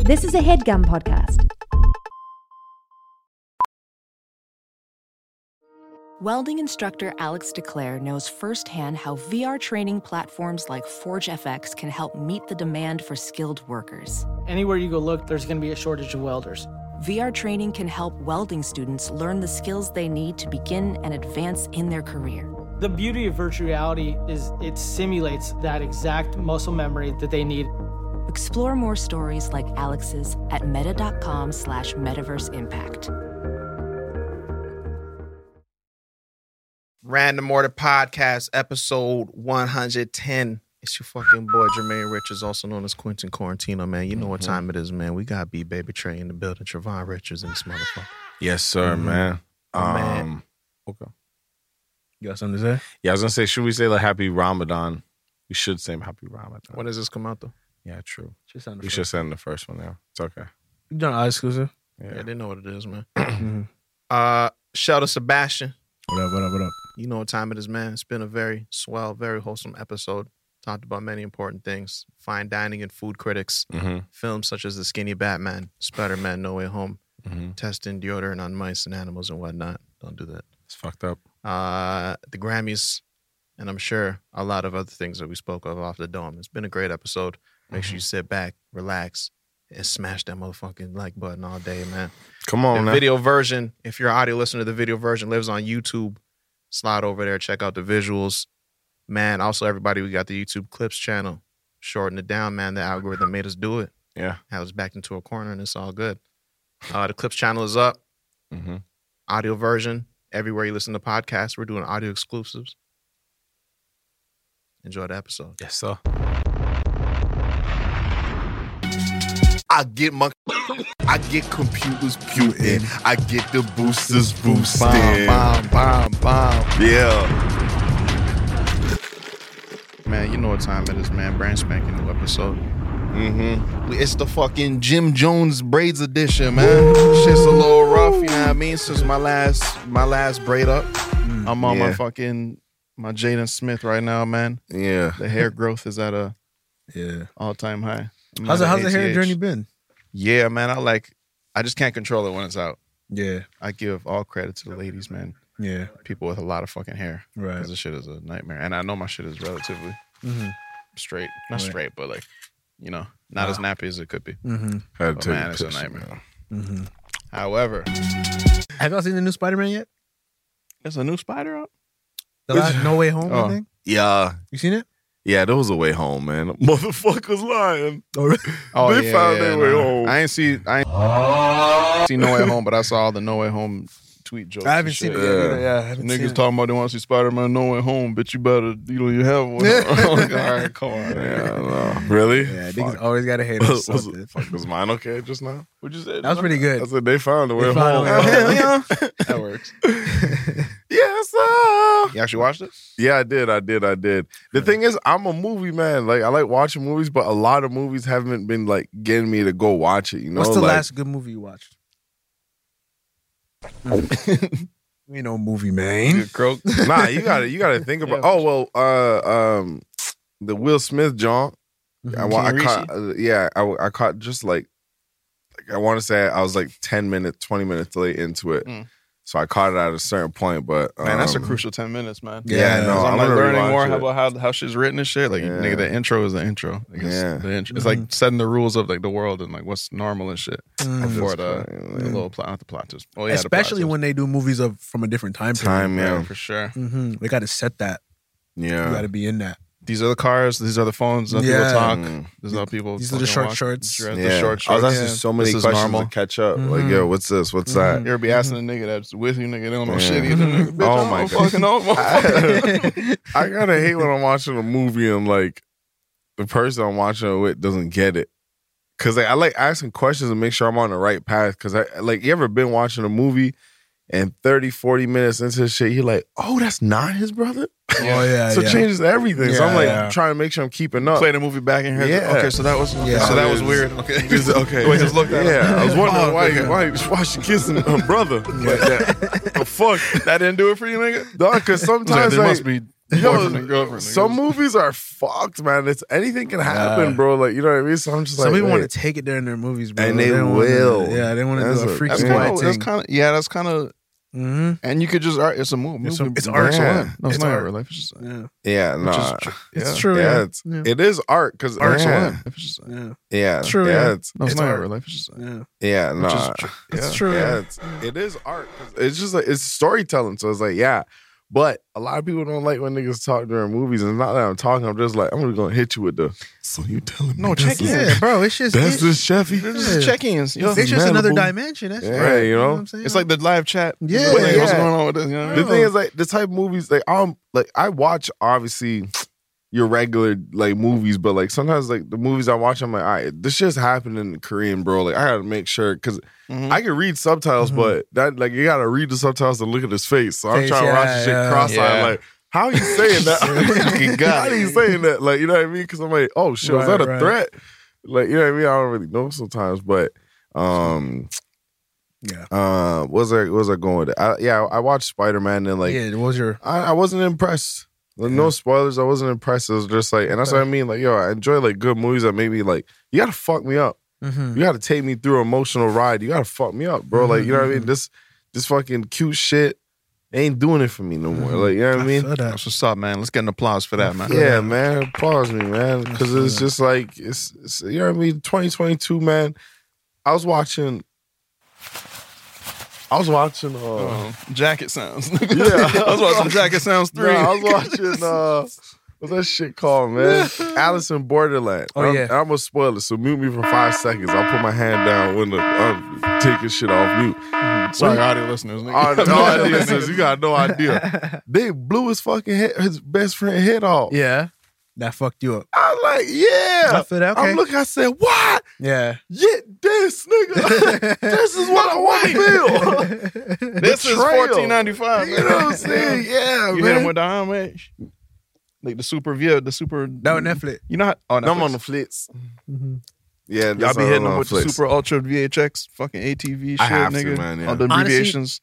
This is a headgum podcast. Welding instructor Alex DeClaire knows firsthand how VR training platforms like ForgeFX can help meet the demand for skilled workers. Anywhere you go look, there's going to be a shortage of welders. VR training can help welding students learn the skills they need to begin and advance in their career. The beauty of virtual reality is it simulates that exact muscle memory that they need. Explore more stories like Alex's at meta.com slash metaverse impact. Random Order Podcast, episode 110. It's your fucking boy, Jermaine Richards, also known as Quentin Quarantino, man. You know what time it is, man. We got B Baby Trey in the building, Trevon Richards in this motherfucker. Yes, sir, Mhm. man. Oh, Um, man. okay. You got something to say? Yeah, I was gonna say, should we say like Happy Ramadan? We should say Happy Ramadan. When does this come out, though? Yeah, true. Just on We should send the first one now. It's okay. You done our exclusive? Yeah, Yeah. they know what it is, man. uh, Shelter Sebastian, What up, what up, what up? you know what time it is, man. It's been a very swell, very wholesome episode. Talked about many important things fine dining and food critics, Mm-hmm. films such as The Skinny Batman, Spider Man, No Way Home, Mm-hmm. testing deodorant on mice and animals and whatnot. Don't do that. It's fucked up. Uh, the Grammys, and I'm sure a lot of other things that we spoke of off the dome. It's been a great episode. Make Mm-hmm. sure you sit back, relax, and smash that motherfucking like button all day, man. Come on, the now. video version, if you're an audio listener, the video version lives on YouTube. Slide over there, check out the visuals. Man, also everybody, we got the YouTube clips channel. Shorten it down, man. The algorithm made us do it. Yeah. Had us backed into a corner and it's all good. Uh, the clips channel is up Mm-hmm. audio version everywhere you listen to podcasts. We're doing audio exclusives. Enjoy the episode. Yes, sir. I get my I get computers putin. I get the boosters boosting. Bomb, bomb, bomb. Yeah. Man, you know what time it is, man. Brand spanking new episode. Mm-hmm. It's the fucking Jim Jones braids edition, man. Shit's a little rough, you know what I mean? Since my last my last braid up, Mm. I'm on my yeah. fucking my Jaden Smith right now, man. Yeah. The hair growth is at a Yeah. all time high. I'm How's, the, at how's the hair ATH. journey been? Yeah, man. I like. I just can't control it when it's out. Yeah. I give all credit to the ladies, man. Yeah. People with a lot of fucking hair. Right. Because this shit is a nightmare. And I know my shit is relatively Mm-hmm. straight. Not Right. straight, but like, you know, not as nappy as it could be. Mm-hmm. Had Oh, to take man, it's a piss, nightmare. man. Mm-hmm. However, Have y'all seen the new Spider Man yet? there's a new spider out. The last No Way Home, Oh. I think. Yeah. You seen it? Yeah, there was a way home, man. Motherfuckers lying. Oh, They found their way nah. home. I ain't see. I ain't see No Way Home, but I saw all the No Way Home tweet jokes. I haven't and seen shit. it yet. either. Yeah, I haven't seen Niggas it. talking about they want to see Spider Man No Way Home, but you better you know you have one. Oh, Like, all right, come on. Yeah, I man. don't know. Really? Yeah, Fuck. niggas always got a hate on was, was, something. fuck, was mine okay just now? What'd you say? That was pretty good. I said they found a way They found a home. way home. yeah. That works. Yes, sir. You actually watched it? Yeah, I did. I did. I did. The thing is, I'm a movie man. Like, I like watching movies, but a lot of movies haven't been like getting me to go watch it. You know, What's the like, last good movie you watched? we know movie man. Croak. Nah, you gotta, you gotta think about. oh well, uh, um, the Will Smith John. I, wa- I King caught. uh, yeah, I, wa- I caught just like, like I want to say I was like ten minutes, twenty minutes late into it, Mm. so I caught it at a certain point. But um, Man, that's a crucial ten minutes, man. Yeah, Yeah, no, 'Cause I'm, like gonna learning rewatch more it. about how how shit's written and shit. Like, Yeah. nigga, the intro is the intro. Like, it's, Yeah. the intro. it's Mm-hmm. like setting the rules of like the world and like what's normal and shit. Mm. For the, funny, the Mm-hmm. man. little plot, not the plot twist. Oh yeah, the plot Especially twist. when they do movies of from a different time time, yeah, yeah, for sure. Mm-hmm. They got to set that. You got yeah. to be in that. These are the cars. These are the phones. These are Yeah. people talk. Mm. These are people. These are the fucking short walk. shorts. These are The Yeah. short Mm-hmm. I shorts. was asking so many This is questions normal. to catch up. Like, Mhm. yo, what's this? What's Mhm. You ever be asking a nigga that's with you, nigga, they don't know Yeah. shit either. Mm-hmm. Nigga, bitch, Oh I my don't God. fucking know, Oh, motherfucker. that? I kind of hate when I'm watching a movie and like the person I'm watching it with doesn't get it. Cause like, I like asking questions and make sure I'm on the right path. Cause I like you ever been watching a movie and 30, 40 minutes into shit, you're like, oh, that's not his brother. Oh yeah, so it yeah. changes everything. so I'm Yeah, like yeah. trying to make sure I'm keeping up. Play the movie back in here. Yeah. Okay, so that was okay, Yeah. so that was It's- weird. Okay. Just- okay. Wait, just look that Yeah, I was wondering Oh, why, okay. why why she kissing her brother like that. the fuck That didn't do it for you, nigga? dog. Cause Like, sometimes there like, must be Yo, Boyfriend and girlfriend. some movies are fucked, man. It's anything can happen, Yeah. bro. Like you know what I mean. So I'm just Some like, people wait. want to take it during their movies, bro. And they don't will. Wanna, yeah, they want to That's do a- a freak that's That's kinda- kind of. slut thing. That's kind of. Yeah, that's kind of. hmm and you could just art. It's a movie. It's a- movie. it's art, Yeah. yeah. No, it's, It's not art. real life. It's just Yeah, Yeah, which is nah. tr- it's yeah. true. Yeah, Yeah, it's, Yeah. it is art because Art's yeah, a limb. It's just yeah, yeah, True, yeah, yeah. It's, no, it's, It's not art. real life. It's just yeah. yeah, which is nah. tr- It's yeah. true. Yeah, it's, it is art. 'cause It's just like it's storytelling. So it's like, yeah. But a lot of people don't like when niggas talk during movies. And it's not that I'm talking, I'm just like, I'm just gonna hit you with the so you telling me. No, this check is- in. Yeah, bro. It's just That's it's, the Chevy. Just check-ins. yo. it's just another Malibu. dimension. That's Yeah, right. you know? I'm saying? It's like the live chat. Yeah, Wait, what's yeah. going on with this? You know what I The mean? thing is like the type of movies like I'm like I watch obviously your regular like movies, but like sometimes like the movies I watch, I'm like, all right, this shit's happening in Korean, bro. Like I gotta make sure because Mm-hmm. Mhm. I can read subtitles, Mhm. but that like you gotta read the subtitles and look at his face. So I'm Face, trying to watch this shit yeah, yeah. cross-eyed, Yeah. like. How you saying Fucking that? God. How you saying that? Like, you know what I mean? Because I'm like, oh shit, was Right, that a right. threat? Like, you know what I mean? I don't really know sometimes, but um, yeah, uh, what was I what was I going with? It? I, yeah, I watched Spider Man and like yeah. What was your I, I wasn't impressed. Like, No Yeah. spoilers. I wasn't impressed. It was just like, and that's what I mean. Like, yo, I enjoy like good movies that make me like. You gotta fuck me up. mm-hmm. You gotta take me through an emotional ride. You gotta fuck me up, bro. Like, you know what I Mm-hmm. mean? This this fucking cute shit ain't doing it for me no more. Like, you know what I mean? Mm-hmm. feel that. That's what's up, man. Let's get an applause for that, man. Yeah, man. Pause me, man. Because feel it's that. just like it's, it's. You know what I mean? Twenty twenty two, man. I was watching. I was watching. Uh, Uh-huh. Uh, jacket sounds. Yeah. I was watching Jacket Sounds No, three. I was watching uh what's that shit called, man? Alice in Borderland. Oh, I'm, yeah. I'm gonna spoil it, so mute me for five seconds. I'll put my hand down when the I'm taking shit off mute. Sorry, audio listeners. nigga. All, all I did is- you got no idea. They blew his fucking head, his best friend head off. Yeah, that fucked you up. I was like, yeah. I feel that. Okay. I'm looking, I said, what? yeah. Get this, nigga. this is what I want to feel. This is Betrayal. fourteen ninety five. you know what I'm saying? Yeah, You man. hit him with the arm edge. Like the super view, the super. That was Netflix. You know how? Oh, No, I'm Netflix. on the flits. Yeah, Y'all that's be all hitting on them with the Flix. super ultra VHX fucking ATV shit, I have to, nigga. man, yeah. All the Honestly, abbreviations.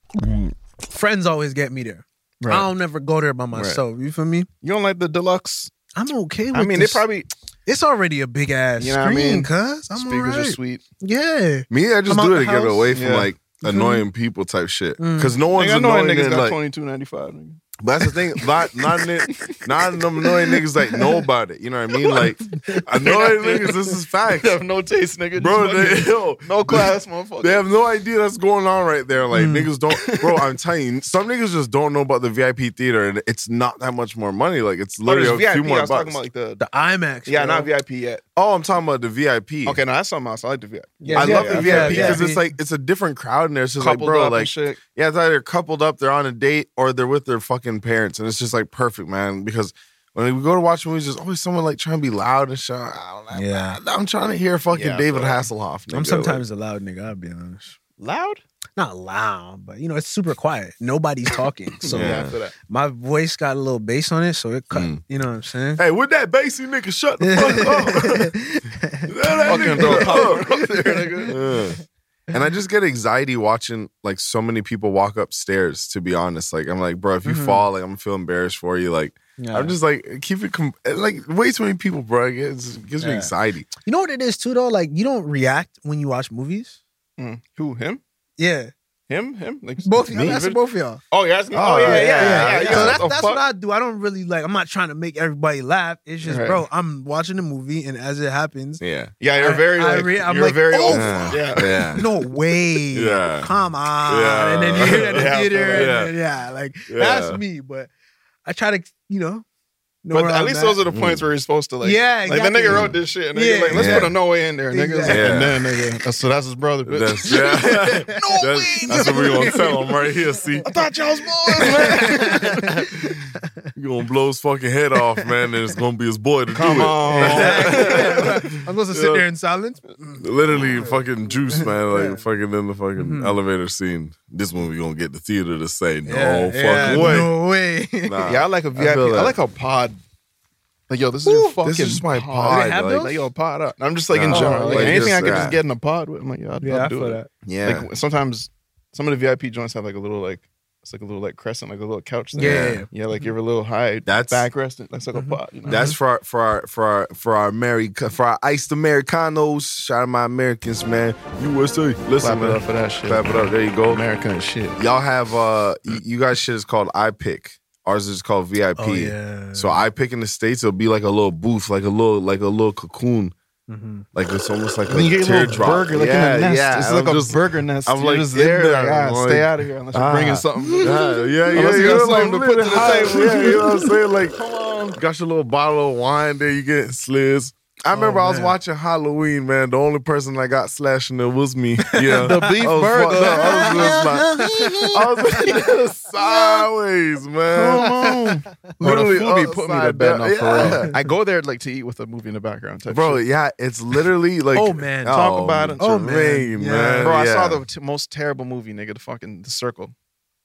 Friends always get me there. I don't never go there by myself. You feel me? You don't like the deluxe? I'm okay with I mean, this. they probably It's already a big ass You know what I screen, mean? cuz. I'm speakers alright. are sweet. Yeah. Me, I just I'm out do it to the get house. Mm. away from Yeah. like annoying people type shit. Cause no one's Nigga, I know that annoying. niggas and, got like, twenty two ninety five. Nigga. but that's the thing. Not not ni- not them annoying niggas like know about it. You know what I mean? Like annoying niggas. This is facts, They have no taste, nigga. bro. Just They, fucking- yo, no class, motherfucker. They have no idea that's going on right there. Like Mm. niggas don't, bro. I'm telling you, some niggas just don't know about the VIP theater, and it's not that much more money. Like it's Oh, there's literally a few VIP. I more was talking bucks. about like the. The IMAX. yeah, bro. not VIP yet. oh, I'm talking about the VIP. Okay, no, that's something else. I like the VIP. Yeah, I yeah, love yeah, the yeah, VIP because yeah. it's like it's a different crowd in there. It's just Coupled like, bro, up like and shit. Yeah, it's either coupled up, they're on a date, or they're with their fucking parents, and it's just like perfect, man. Because when we go to watch movies, there's always someone like trying to be loud and shit. I don't know. Yeah. I'm trying to hear fucking Yeah, David bro. Hasselhoff. I'm nigga, sometimes a loud nigga, I'll be honest. Loud? Not loud, but you know, it's super quiet. Nobody's talking. So Yeah. I feel that. my voice got a little bass on it, so it cut Mm. you know what I'm saying? like, hey, with that bassy nigga, shut the fuck up. That Fucking nigga- throw popcorn up there, nigga. Yeah. And I just get anxiety watching like so many people walk upstairs. To be honest, like I'm like, bro, if you Mm-hmm. Mhm. fall, like I'm gonna feel embarrassed for you. Like Yeah. I'm just like keep it com- like way too many people, bro. It gets- it gives me Yeah. anxiety. you know what it is too though? Like you don't react when you watch movies. Mm. Who? Him? Yeah. Him? Him? Like Both I'm me? asking both of y'all. Oh, you're asking? Oh, Oh, yeah, yeah, yeah, yeah. yeah, yeah. So What that's, the that's fuck? what I do. I don't really like. I'm not trying to make everybody laugh. It's just, Right. bro, I'm watching the movie, and as it happens, Yeah. Yeah, you're I- very. I Like, re- I'm you're like, very oh, old. fuck. Yeah. Yeah. no way, Yeah. come on, Yeah. and then you hear that in the Yeah, I feel theater, that. and Yeah. then, yeah, like Yeah. that's me. But I try to, you know, know But where at I'm least at. those are the points where you're supposed to like. Yeah, Like the exactly. nigga wrote this shit, and nigga Yeah. like, let's Yeah. put a no way in there, nigga. Exactly. And Yeah. then nigga, that's- so that's his brother. That's, yeah. that's, way, that's what no we're gonna tell him right here. See, I thought y'all was boys, man. you're gonna blow his fucking head off, man, and it's gonna be his boy to Come do it. on. I'm supposed to sit there in silence. Oh, Literally, fucking juice, man, like fucking in the fucking elevator scene. This movie gonna get the theater to say no Yeah, fucking yeah, way. no way. Nah. Yeah, I like a VIP. I, feel that. like a pod. Like, yo, this is your Ooh, fucking this is my Do pod. they have like, those? Like, yo, pod up. I'm just like in Nah, general. Like, like, anything just I could just that. get in a pod with, I'm like, yo, I'd, I'd do it. yeah, Like sometimes some of the VIP joints have like a little like It's like a little like crescent, like a little couch. Thing. Yeah, yeah, yeah. like you're a little high. Mm-hmm. That's- Mm-hmm. backrest. That's like a pot. You know? That's for our, for our, for our, for our Ameri- for our iced Americanos. Shout out my Americans, man. USA. clap Listen, it man. up for that shit. Clap it up. There you go. America and shit. Y'all have uh, y- you guys shit is called iPick. Ours is called VIP. Oh yeah. So iPick in the states, it'll be like a little booth, like a little like a little cocoon. Mhm. Like it's almost like When Mm-hmm. you a get a little teardrop. burger, like yeah, in a nest. yeah. It's and like I'm a just- burger nest. I'm You're like just in there. there, like, ah, I'm like, stay out of here unless you're bringing ah. something. Yeah, yeah, yeah. Unless you yeah, got something to like, put to the high, table. Yeah, you know what I'm saying? Like, got your little bottle of wine there. You get slizz. Oh, I remember I was man. watching Halloween, man. The only person that got slashed in there was me. Yeah, The beef I was fucked burger. up. I was just like, I was just sideways, man. on. Literally, Literally the foodie put me to upside bed. down. now, for Yeah. real. I go there like to eat with a movie in the background. Type Bro, shit. yeah, it's literally like. Oh, man. Talk about it. Oh Oh, man, man. Yeah. man. bro, I saw Yeah. the t- most terrible movie, nigga. The fucking the circle,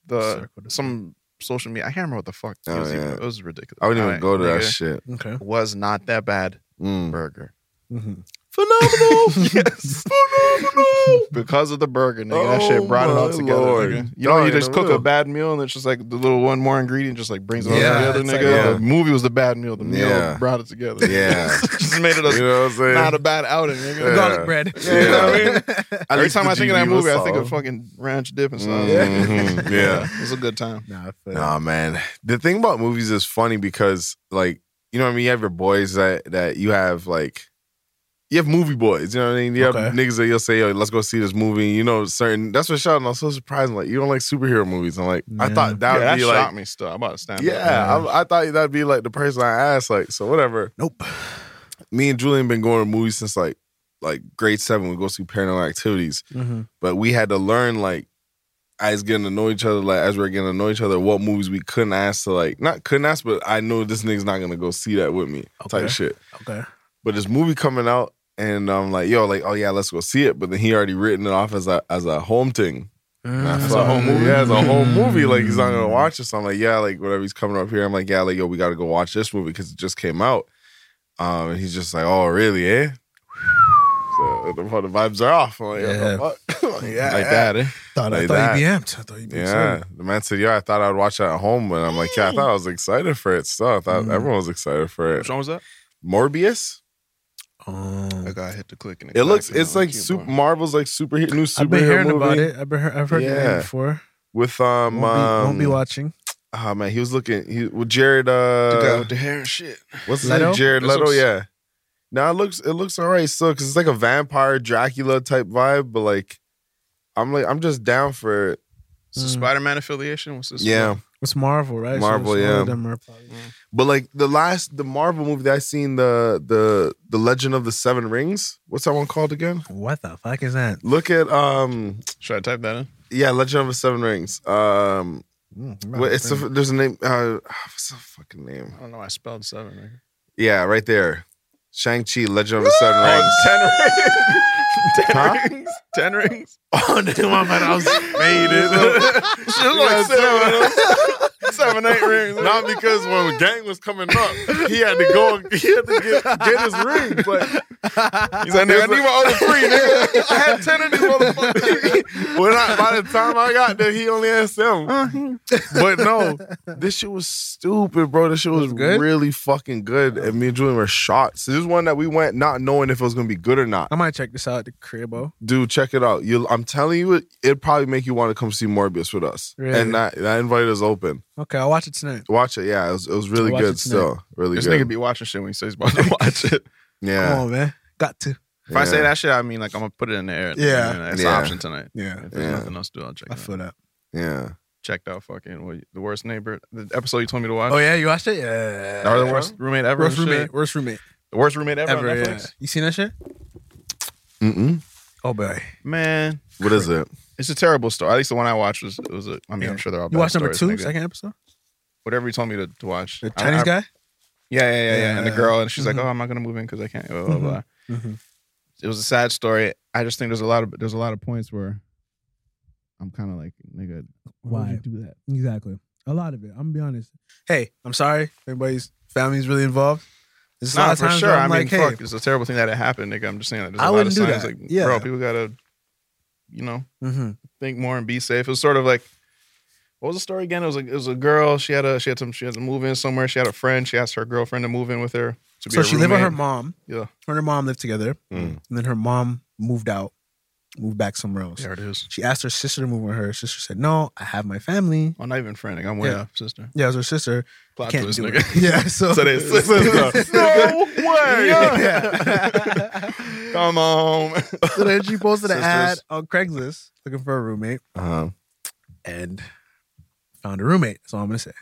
the Circle, the some social media. I can't remember what the fuck. Oh, it, was even, yeah. it was ridiculous. I wouldn't even Alright, go to that nigga, shit. Okay. Was not that bad. Mm. Burger. Mhm. Phenomenal. Yes. because of the burger, nigga. that Oh, shit brought it all my together. Lord. Nigga. You know, Dog, you just for cook real. a bad meal and it's just like the little one more ingredient just like brings it all Yeah, together, it's nigga. like- Yeah. The movie was the bad meal. The meal Yeah. brought it together. Yeah. just made it You a, know what I'm saying? not a bad outing, nigga. Yeah. Garlic bread. Yeah. You know what I mean? At Every least time the I think of that GB movie, I was think of solid. fucking ranch dip and stuff. Mhm. Yeah. It was a good time. Nah, I feel Nah, man. The thing about movies is funny because, like, you know what I mean. You have your boys that that you have like, you have movie boys. You know what I mean. You have Okay. niggas that you'll say, "Yo, let's go see this movie." You know, certain. That's what Sheldon. I was so surprised. I'm like, you don't like superhero movies. I'm like, I Yeah. thought Yeah, that would that be shocked like, me still. I'm about to stand up. yeah, I, I thought that'd be like the person I asked. Like, so whatever. Nope. Me and Julian been going to movies since like like grade seven. We go see Paranormal Activities Mm-hmm. but we had to learn like as getting to know each other, like as we are getting to know each other, what movies we couldn't ask to like not couldn't ask, but I know this nigga's not gonna go see that with me type Okay. shit. Okay. But this movie coming out, and I'm like, yo, like oh yeah, let's go see it. But then he already written it off as a as a home thing. Mm. As a home movie. Yeah, as a home movie. Like he's not gonna watch it. So I'm like, yeah, like whatever he's coming up here. I'm like, yeah, like yo, we gotta go watch this movie because it just came out. Um, and he's just like, oh really? Eh. So the, the vibes are off. I'm like, yeah, Yeah. yeah, like yeah. that, eh? Thought, Like I thought you'd be that. amped. I thought you'd be Yeah, excited. the man said, "Yeah, I thought I'd watch that at home," and I'm like, "Yeah, I thought I was excited for it. Still, I thought Mm-hmm. everyone was excited for it." Which one was that? Morbius. Um, I got hit the click. And It looks. It's like super. Marvel's like super new superhero I've been hearing movie about it. I've been heard, I've heard the Yeah. name before. with um. Won't, be, um, won't be watching. Oh man, he was looking. He with Jared. The guy Uh, with the hair and shit. what's his Leto? name? Jared It Leto. looks- yeah. Now it looks. It looks alright still because it's like a vampire Dracula type vibe, but like, I'm like I'm just down for it. It's a Mm. Spider Man affiliation. What's this? Yeah. one? It's Marvel, right? Marvel, it's yeah. one of them are probably- But like the last the Marvel movie that I seen the the the Legend of the Seven Rings. What's that one called again? What the fuck is that? Look at um Should I type that in? yeah Legend of the Seven Rings. Um, Mm, wait, it's a, there's a name. Uh, what's the fucking name? I don't know. I spelled seven. Right? Yeah, right there. Shang Chi, Legend of the Seven Rings. Ten Huh? rings. Ten rings. Oh, no, my man, I was faded. She was like seven, seven, eight rings. Not because when Gang was coming up, he had to go. He had to get, get his rings. Like He's like, nigga, I need my other three, nigga. I had ten of these motherfuckers. when I, by the time I got there, he only had seven. but no, this shit was stupid, bro. This shit was, good? really fucking good. And me and Julian were shocked. So this is one that we went not knowing if it was gonna be good or not. I might check this out at the cribbo. Dude, check it out. You, I'm telling you, it, it'd probably make you want to come see Morbius with us. Really? And that, that invite is open. Okay, I'll watch it tonight. Watch it. Yeah, it was, it was really Watch good. it tonight. Still, really This good. nigga be watching shit when he says he's about to watch it. yeah. Come on, man. Got to. If I say that shit, I mean like I'm gonna put it in the air. Yeah. You know, it's Yeah. an option tonight. Yeah. If there's Yeah. nothing else to do, I'll check. I it out. feel that. Yeah. Checked out fucking what, the worst neighbor. The episode you told me to watch. Oh yeah, you watched it? Yeah. Or the worst roommate ever. Worst and shit. roommate. Worst roommate The worst roommate ever. ever. on yeah. Netflix? You seen that shit? Mm-mm. Oh boy. Man, What is it? it's a terrible story. At least the one I watched was it was. A, I mean, I'm Yeah. sure they're all. You bad watched number two, stories, second nigga. episode? Whatever you told me to, to watch. The I- Chinese I- guy? Yeah, yeah, yeah, yeah. And the Yeah. Mm-hmm. girl, and she's like, "Oh, I'm not gonna move in because I can't." Blah, blah, blah. Mhm. It was a sad story. I just think there's a lot of there's a lot of points where I'm kind of like, nigga, why, Why? would you do that? Exactly. A lot of it. I'm gonna be honest. Hey, I'm sorry. if Everybody's family's really involved. There's a lot Nah, of for times sure. where I I'm mean, like, hey, fuck, it's a terrible thing that it happened, nigga. I'm just saying that there's a I lot of wouldn't do signs that. like, Yeah. bro, people gotta, you know, mhm. think more and be safe. It was sort of like What was the story again? It was a it was a girl. She had a she had some she had to move in somewhere. She had a friend. She asked her girlfriend to move in with her. To be So a she lived with her roommate. mom. Yeah. Her and her mom lived together. Mm. And then her mom moved out, moved back somewhere else. There it is. She asked her sister to move with her. Her sister said, No, I have my family. Oh, not even friend. Like, I'm with Yeah. sister. Yeah, it was her sister. Plot Can't twist, do it. nigga. Yeah, so. So they sister. No way. Yeah. Come on. so then she posted an ad Um, Sisters. on Craigslist looking for a roommate Uh-huh. and found a roommate. That's all I'm going to say. It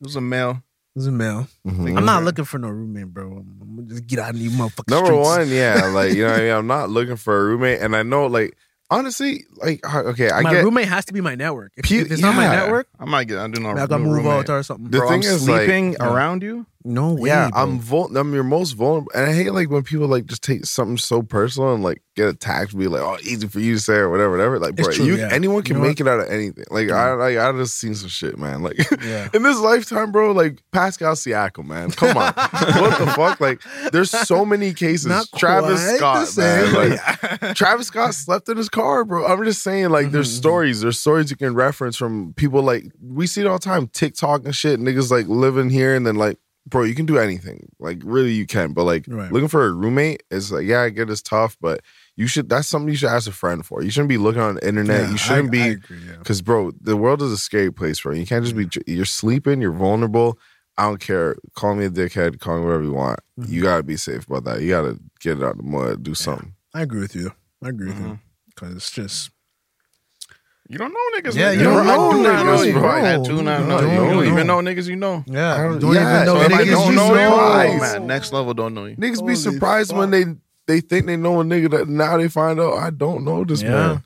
It was a male. was a male. Mhm. I'm not looking for no roommate, bro. I'm I'm gonna just get out of these motherfucking Number streets. one, yeah, like you know, what I mean, I'm not looking for a roommate, and I know, like, honestly, like, uh, okay, I my get roommate has to be my network. If, Pu- if it's not my yeah. network, I might get. I do not. I gotta move out or something. The Bro, thing I'm is, like- sleeping Yeah. around you. no way. yeah, bro. I'm vul- I'm your most vulnerable, and I hate like when people like just take something so personal and like get attacked, be like, oh, easy for you to say or whatever, whatever. Like, It's bro, true, you yeah. anyone can You know make it out of anything. Like, I like I just seen some shit, man. Like. Yeah. In this lifetime, bro, like Pascal Siakam, man, come on, what the fuck? Like, there's so many cases. Not Travis quite the Scott, man, same, but like, Travis Scott slept in his car, bro. I'm just saying, like, there's Mm-hmm. stories. There's stories you can reference from people like we see it all the time, TikTok and shit. Niggas like living here and then like, bro, you can do anything. Like, really, you can. But like, Right. looking for a roommate is like, yeah, I get it's tough, but you should. That's something you should ask a friend for. You shouldn't be looking on the internet. Yeah, you shouldn't I- be I agree, yeah. because, bro, the world is a scary place, bro. You can't just be, you're sleeping, you're vulnerable. I don't care. Call me a dickhead, call me whatever you want. Mm-hmm. You got to be safe about that. You got to get it out of the mud, do something. I agree with you. I agree Mm-hmm. with you. Cause it's just You don't know niggas. Yeah, nigga. you don't I know do not know niggas, you. bro. I do not know. Don't you. You don't know. even know niggas. You know. yeah. I don't- don't yeah, even so know. if I niggas don't you know you, know. oh, man, next level don't know you. Niggas Holy be surprised when they they think they know a nigga that now they find out I don't know this Yeah. man.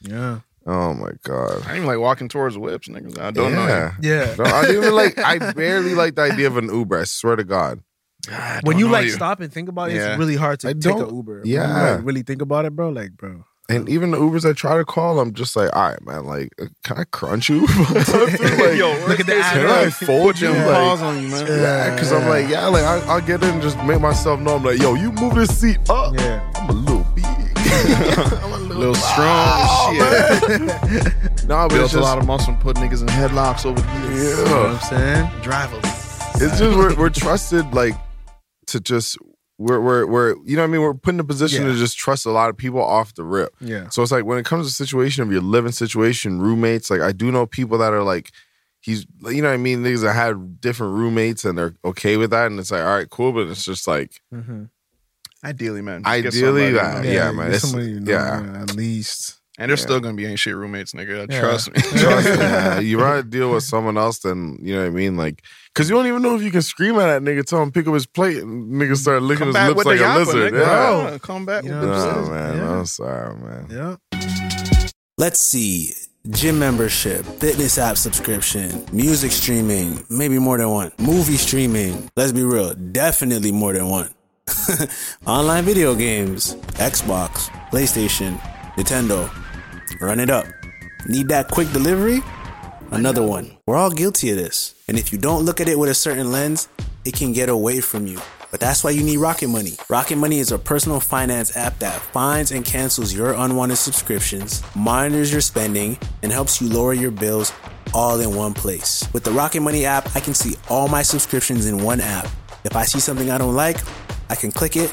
Yeah. Oh my god. I ain't even like walking towards whips, niggas. I don't know. you. yeah. Yeah. No, I didn't even like. I barely like the idea of an Uber. I swear to God. I when don't you know like stop and think about it, Yeah. it's really hard to I take don't- an Uber. When you, yeah. like, really think about it, bro. Like, bro. And even the Ubers I try to call, I'm just like, all right, man. Like, uh, can I crunch you? like, Yo, worst Look at the case ad, can scenario, I right? fold you? put Like, paws on you, man. yeah, because I'm like, yeah, like I, I'll get in and just make myself know. I'm like, yo, you move this seat up. Yeah. I'm a little big. I'm a little, Little strong shit. Nah, but Built Oh, it's a just- lot of muscle and put niggas in headlocks over Yeah. the You know what I'm saying? drivers. It's just we're, we're trusted like to just we're we're we're you know what I mean we're put in a position to Yeah. just trust a lot of people off the rip. Yeah. So it's like when it comes to situation of your living situation, roommates, like I do know people that are like he's you know what I mean niggas that had different roommates and they're okay with that and it's like all right cool but it's just like Mm-hmm. Ideally, man. just get somebody, ideally that man. yeah, man get it's, somebody you know, yeah. yeah, at least. And they're still gonna be ain't shit roommates, nigga. Yeah. Trust me. Trust me, man. you rather deal with someone else than you know what I mean, like, cause you don't even know if you can scream at that nigga, tell him pick up his plate, and nigga start licking Come his back lips with like the a yapper, lizard. nigga. Yeah. Yeah, Come back You with know the what I'm No, saying? lizard. man. I'm sorry, Yeah. man. Yeah. Let's see. Gym membership, fitness app subscription, music streaming, maybe more than one. Movie streaming, let's be real, definitely more than one. Online video games, Xbox, PlayStation, Nintendo. Run it up. Need that quick delivery? Another one. We're all guilty of this. And if you don't look at it with a certain lens, it can get away from you. But that's why you need Rocket Money. Rocket Money is a personal finance app that finds and cancels your unwanted subscriptions, monitors your spending, and helps you lower your bills all in one place. With the Rocket Money app, I can see all my subscriptions in one app. If I see something I don't like, I can click it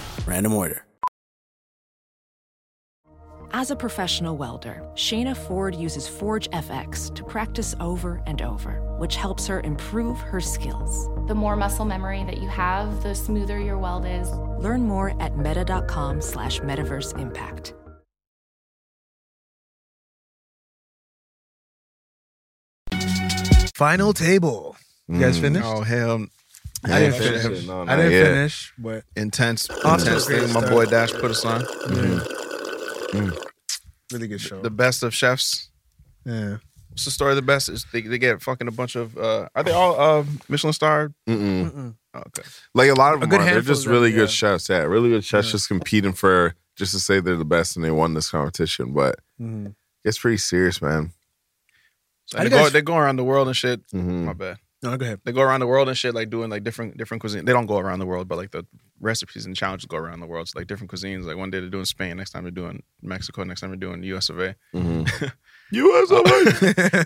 random order. As a professional welder, Shayna Ford uses Forge FX to practice over and over, which helps her improve her skills. The more muscle memory that you have, the smoother your weld is. Learn more at meta.com slash metaverse impact. Final table. You guys Mm. finished? Oh hell, Yeah, I didn't that finish. shit, no, I not didn't yet. finish, but intense, to a intense great thing. My start. boy Dash put us on Mhm. Mm. really good show. the best of chefs. Yeah. What's the story of the best? Is they, they get fucking a bunch of uh, are they all uh, Michelin star? Mm-mm. Okay. Like a lot of A them good are. They're handful just of them, really yeah. good chefs. Yeah, really good chefs just competing for just to say they're the best and they won this competition. But Mhm. it's pretty serious, man. So How they you go guys- Hmm. they go around the world and shit. Mhm. My bad. No, go ahead. They go around the world and shit, like doing like different different cuisine. They don't go around the world, but like the recipes and challenges go around the world. So like different cuisines. Like one day they're doing Spain, next time they're doing Mexico, next time they're doing US of A. U.S.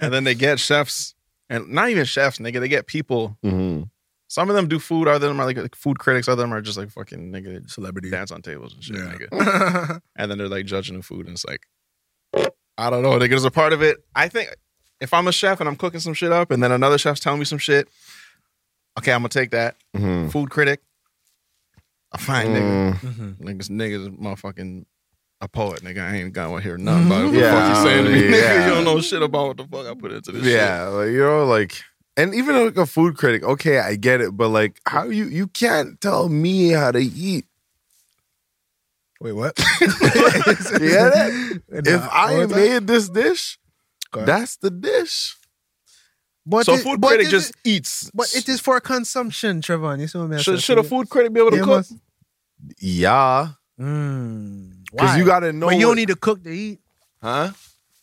and then they get chefs and not even chefs, nigga. They get people. mm-hmm. Some of them do food, other than them are like, like food critics, other than them are just like fucking nigga Celebrity. dance on tables and shit, Yeah. nigga. and then they're like judging the food, and it's like, I don't know, nigga. There's a part of it. I think if I'm a chef and I'm cooking some shit up, and then another chef's telling me some shit, okay, I'm gonna take that. Mm-hmm. Food critic, I'm fine, nigga. Mm. Mhm. Niggas, niggas, is motherfucking a poet, nigga. I ain't got to hear nothing about it. What the Yeah, fuck you saying to me, nigga? yeah. You don't know shit about what the fuck I put into this. shit. Yeah, like, you know, like, and even like a food critic. Okay, I get it, but like, how you you can't tell me how to eat. Wait, what? You get it? if Nah, I what the- made this dish, Correct. that's the dish. But so it- food but critic it- just eats. But it is for consumption, Trevon. You see what I'm should, should a food critic be able to Yeah, cook? must- Yeah, Mm. because Why? you gotta know. But you what- don't need to cook to eat. huh?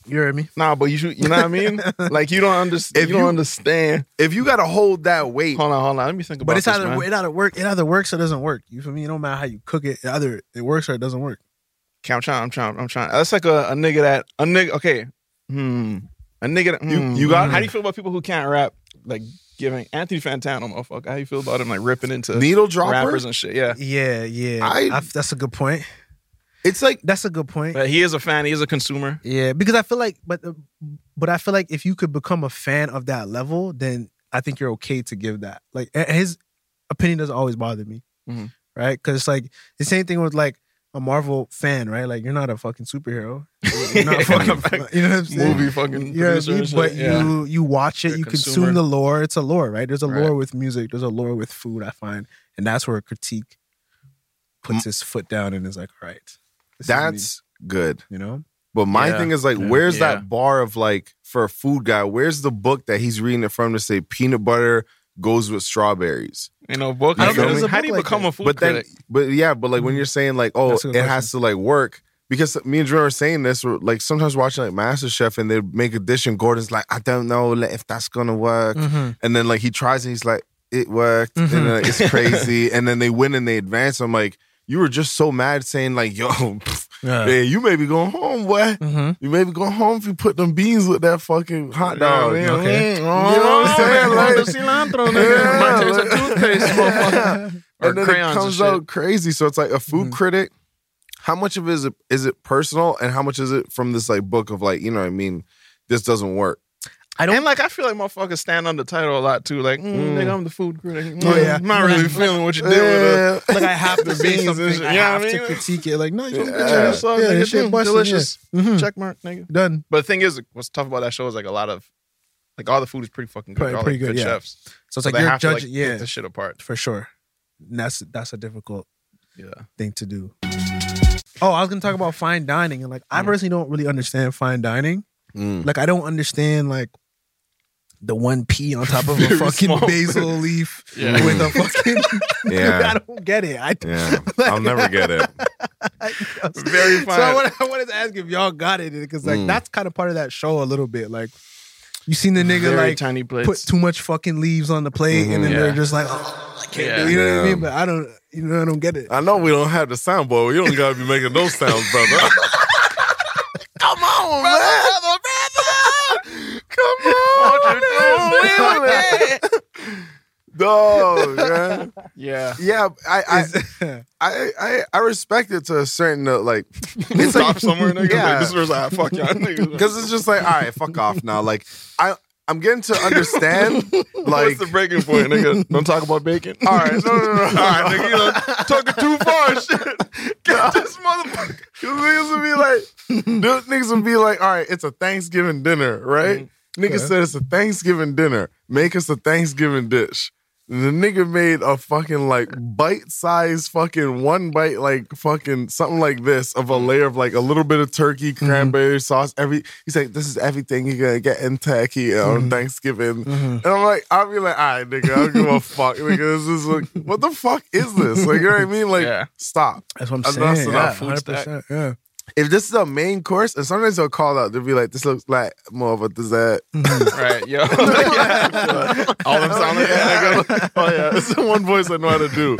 You heard me? Nah, but you should, you know what I mean? like you don't understand. If you don't you- understand. If you gotta hold that weight, Hold on, hold on. Let me think about But it's this, either man. it either work it either works or doesn't work. You feel me? It don't matter how you cook it. It either it works or it doesn't work. Okay, I'm trying. I'm trying. I'm trying. That's like a, a nigga that a nigga. Okay, hmm. A nigga. That, You- hmm. you got- How do you feel about people who can't rap? Like giving Anthony Fantano, motherfucker. How you feel about him like ripping into needle dropper. rappers and shit? Yeah. Yeah, yeah. I- I- that's a good point. It's like That's a good point. But he is a fan. He is a consumer. Yeah, because I feel like, but uh, but I feel like if you could become a fan of that level, then I think you're okay to give that. Like a- his opinion doesn't always bother me, Mhm. right? Because it's like the same thing with like a Marvel fan, right? Like you're not a fucking superhero, you're not fucking, you know what I'm saying? Movie fucking You know what I producer mean? and shit, But yeah. you you watch it, You're a you consumer. consume the lore. It's a lore, right? There's a Right. lore with music. There's a lore with food. I find, and that's where critique puts his foot down and is like, all right, this is me," that's good. you know, But my Yeah. thing is like, where's Yeah. that bar of like for a food guy? Where's the book that he's reading it from to say peanut butter goes with strawberries? You know, book. I don't think how there's do a how book do you like become that. a food but critic? then, but yeah, but like when you're saying like, oh, it Mm-hmm. That's a good has to like work because me and Drew are saying this. We're like sometimes watching like MasterChef and they make a dish and Gordon's like, I don't know like, if that's gonna work, Mm-hmm. and then like he tries and he's like, it worked, and then, like, it's crazy, and then they win and they advance. I'm like, you were just so mad saying like, yo, pff, Yeah. hey, you may be going home, what? mm-hmm. You maybe go home if you put them beans with that fucking hot dog. Yeah, you know? okay. You know what I'm saying? Like- Yeah, like- Or and then it crayons and comes shit. Mm-hmm. out crazy. So it's like a food critic. How much of it is it is it personal, and how much is it from this like book of like you know what I mean? This doesn't work. and like I feel like motherfuckers stand on the title a lot too. Like, mm, nigga, I'm the food critic. Mm, Oh, yeah. I'm not really feeling what you did with it. like I have to say Beans and something. shit, I you know have what I to mean? critique it. Like, no, you Yeah. don't yeah. That's all, yeah, nigga. this shit Mm, busting, delicious. yeah. Mhm. Check mark, nigga. Done. But the thing is, what's tough about that show is like a lot of, like all the food is pretty fucking good. Pretty- They're all, pretty like, good, yeah. chefs. So So it's like they you're have to like judging, pick yeah, the shit apart. for sure. And that's that's a difficult Yeah. thing to do. Oh, I was gonna talk about fine dining, and like Mm. I personally don't really understand fine dining. Mm. Like I don't understand like the one pea on top of a Very fucking small. basil leaf Yeah. with a fucking. Yeah. I don't get it. I Yeah, I'll never get it. Very fine. So I wanted, I wanted to ask if y'all got it because like Mm. that's kind of part of that show a little bit. Like you seen the nigga Very like tiny plates. put too much fucking leaves on the plate and then Mhm. they're Yeah. just like, oh, I can't Yeah. do. it," You know what I Yeah. mean? But I don't. You know, I don't get it. I know we don't have the soundboard. You don't gotta be making those sounds, brother. Come on, brother, brother. Come on, man. Dog, man. yeah. Yeah, I, I, It's- I, I, I respect it to a certain uh, like. It's Stop somewhere, nigga. Yeah. Like, this is like, "Ah, fuck y'all niggas. Because it's just like, all right, fuck off now. Like, I, I'm getting to understand. Like, What's the breaking point, nigga? Don't talk about bacon. all right, no, no, no, no. all All right, nigga, you know, took it too far and shit. Get this motherfucker. Cause niggas would be like, those niggas would be like, all right, it's a Mm-hmm. Thanksgiving dinner, right? Niggas said it's a Thanksgiving dinner. Make us a Thanksgiving dish. The nigga made a fucking like bite sized fucking one bite like fucking something like this of a layer of like a little bit of turkey, cranberry sauce. Every he's like, this is everything you're gonna get in Turkey on Thanksgiving. And I'm like, I'll be like, all right, nigga, I don't give a fuck. Nigga, this is like, what the fuck is this? Like, you know what I mean? Like, Yeah. stop. That's what I'm That's- saying. that's yeah, enough food stack. 100%, yeah. If this is a main course, and sometimes they'll call out, they'll be like, this looks like more of a dessert. right, yo. All them sound like that, nigga. Oh yeah, it's the one voice I know how to do.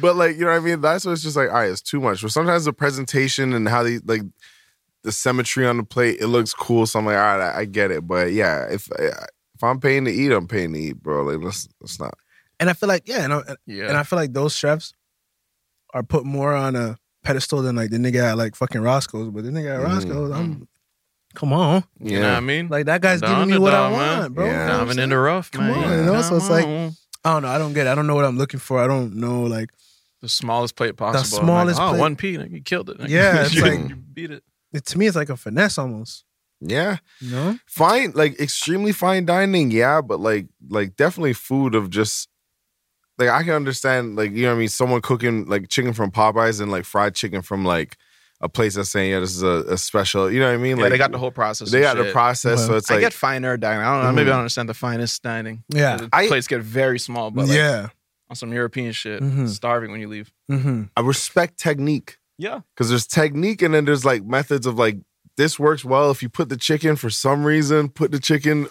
But like, you know what I mean? That's what it's just like, all right, it's too much. But sometimes the presentation and how they like the symmetry on the plate, it looks cool. So I'm like, all right, I, I get it. But yeah, if if I'm paying to eat, I'm paying to eat, bro. Like let's let's not. And I feel like yeah, and I, Yeah. and I feel like those chefs are put more on a pedestal than like the nigga at like fucking Roscoe's. But the nigga at Roscoe's, I'm come on, You know what I mean? like that guy's The giving me what I underdog, man. want, bro. Yeah. You know what I'm Diamond in saying? the rough, Come man. on, you know? So it's like- Come on. I don't know. I don't get. it. I don't know what I'm looking for. I don't know. Like the smallest plate possible. I'm smallest like, oh, plate. one P, nigga, you killed it. nigga. Yeah, it's you, like- you beat it. it, to me, it's like a finesse almost. Yeah. You know? Fine, like extremely fine dining, yeah, but like like definitely food of just like I can understand like you know what I mean, someone cooking like chicken from Popeyes and like fried chicken from like a place that's saying, yeah, this is a, a special, you know what I mean? Yeah, like they got the whole process. they and got the shit. process, so Well, it's I like get finer dining. I don't know. Maybe I Mhm. don't understand the finest dining. Mm-hmm. Yeah. The I- plates get very small, but like, yeah. on some European shit, Mhm. starving when you leave. Mm-hmm. I respect technique. Yeah. Cause there's technique and then there's like methods of like this works well if you put the chicken for some reason, put the chicken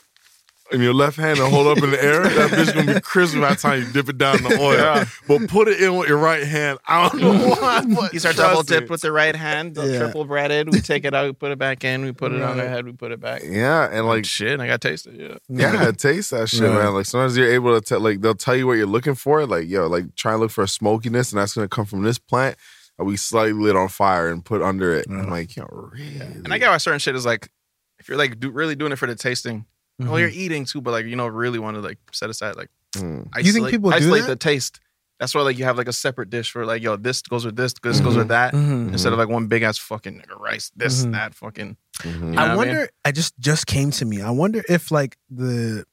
in your left hand and hold up in the air, that bitch gonna be crisp by the time you dip it down in the oil. But put it in with your right hand. I don't know why. but These are trust double me. dipped with the right hand, Yeah. triple breaded. We take it out, we put it back in, we put it on our Right. head, we put it back. Yeah, and like Like shit, I got tasted. Yeah. yeah, taste that shit, Right. man. Like sometimes you're able to tell, like they'll tell you what you're looking for. Like yo, like try and look for a smokiness, and that's gonna come from this plant. And we slightly lit on fire and put under it. I'm like, yo, really? And I get why certain shit is like, if you're like do, really doing it for the tasting, Mm-hmm. oh, well, you're eating too, but like you don't really want to like set aside like Mm. isolate, You think people do isolate that? the taste. That's why like you have like a separate dish for like yo, this goes with this, this goes with that, Mhm. instead of like one big ass fucking nigga rice, this Mhm. that fucking. Mhm. You know what I mean? wonder. I, just just came to me. I wonder if like the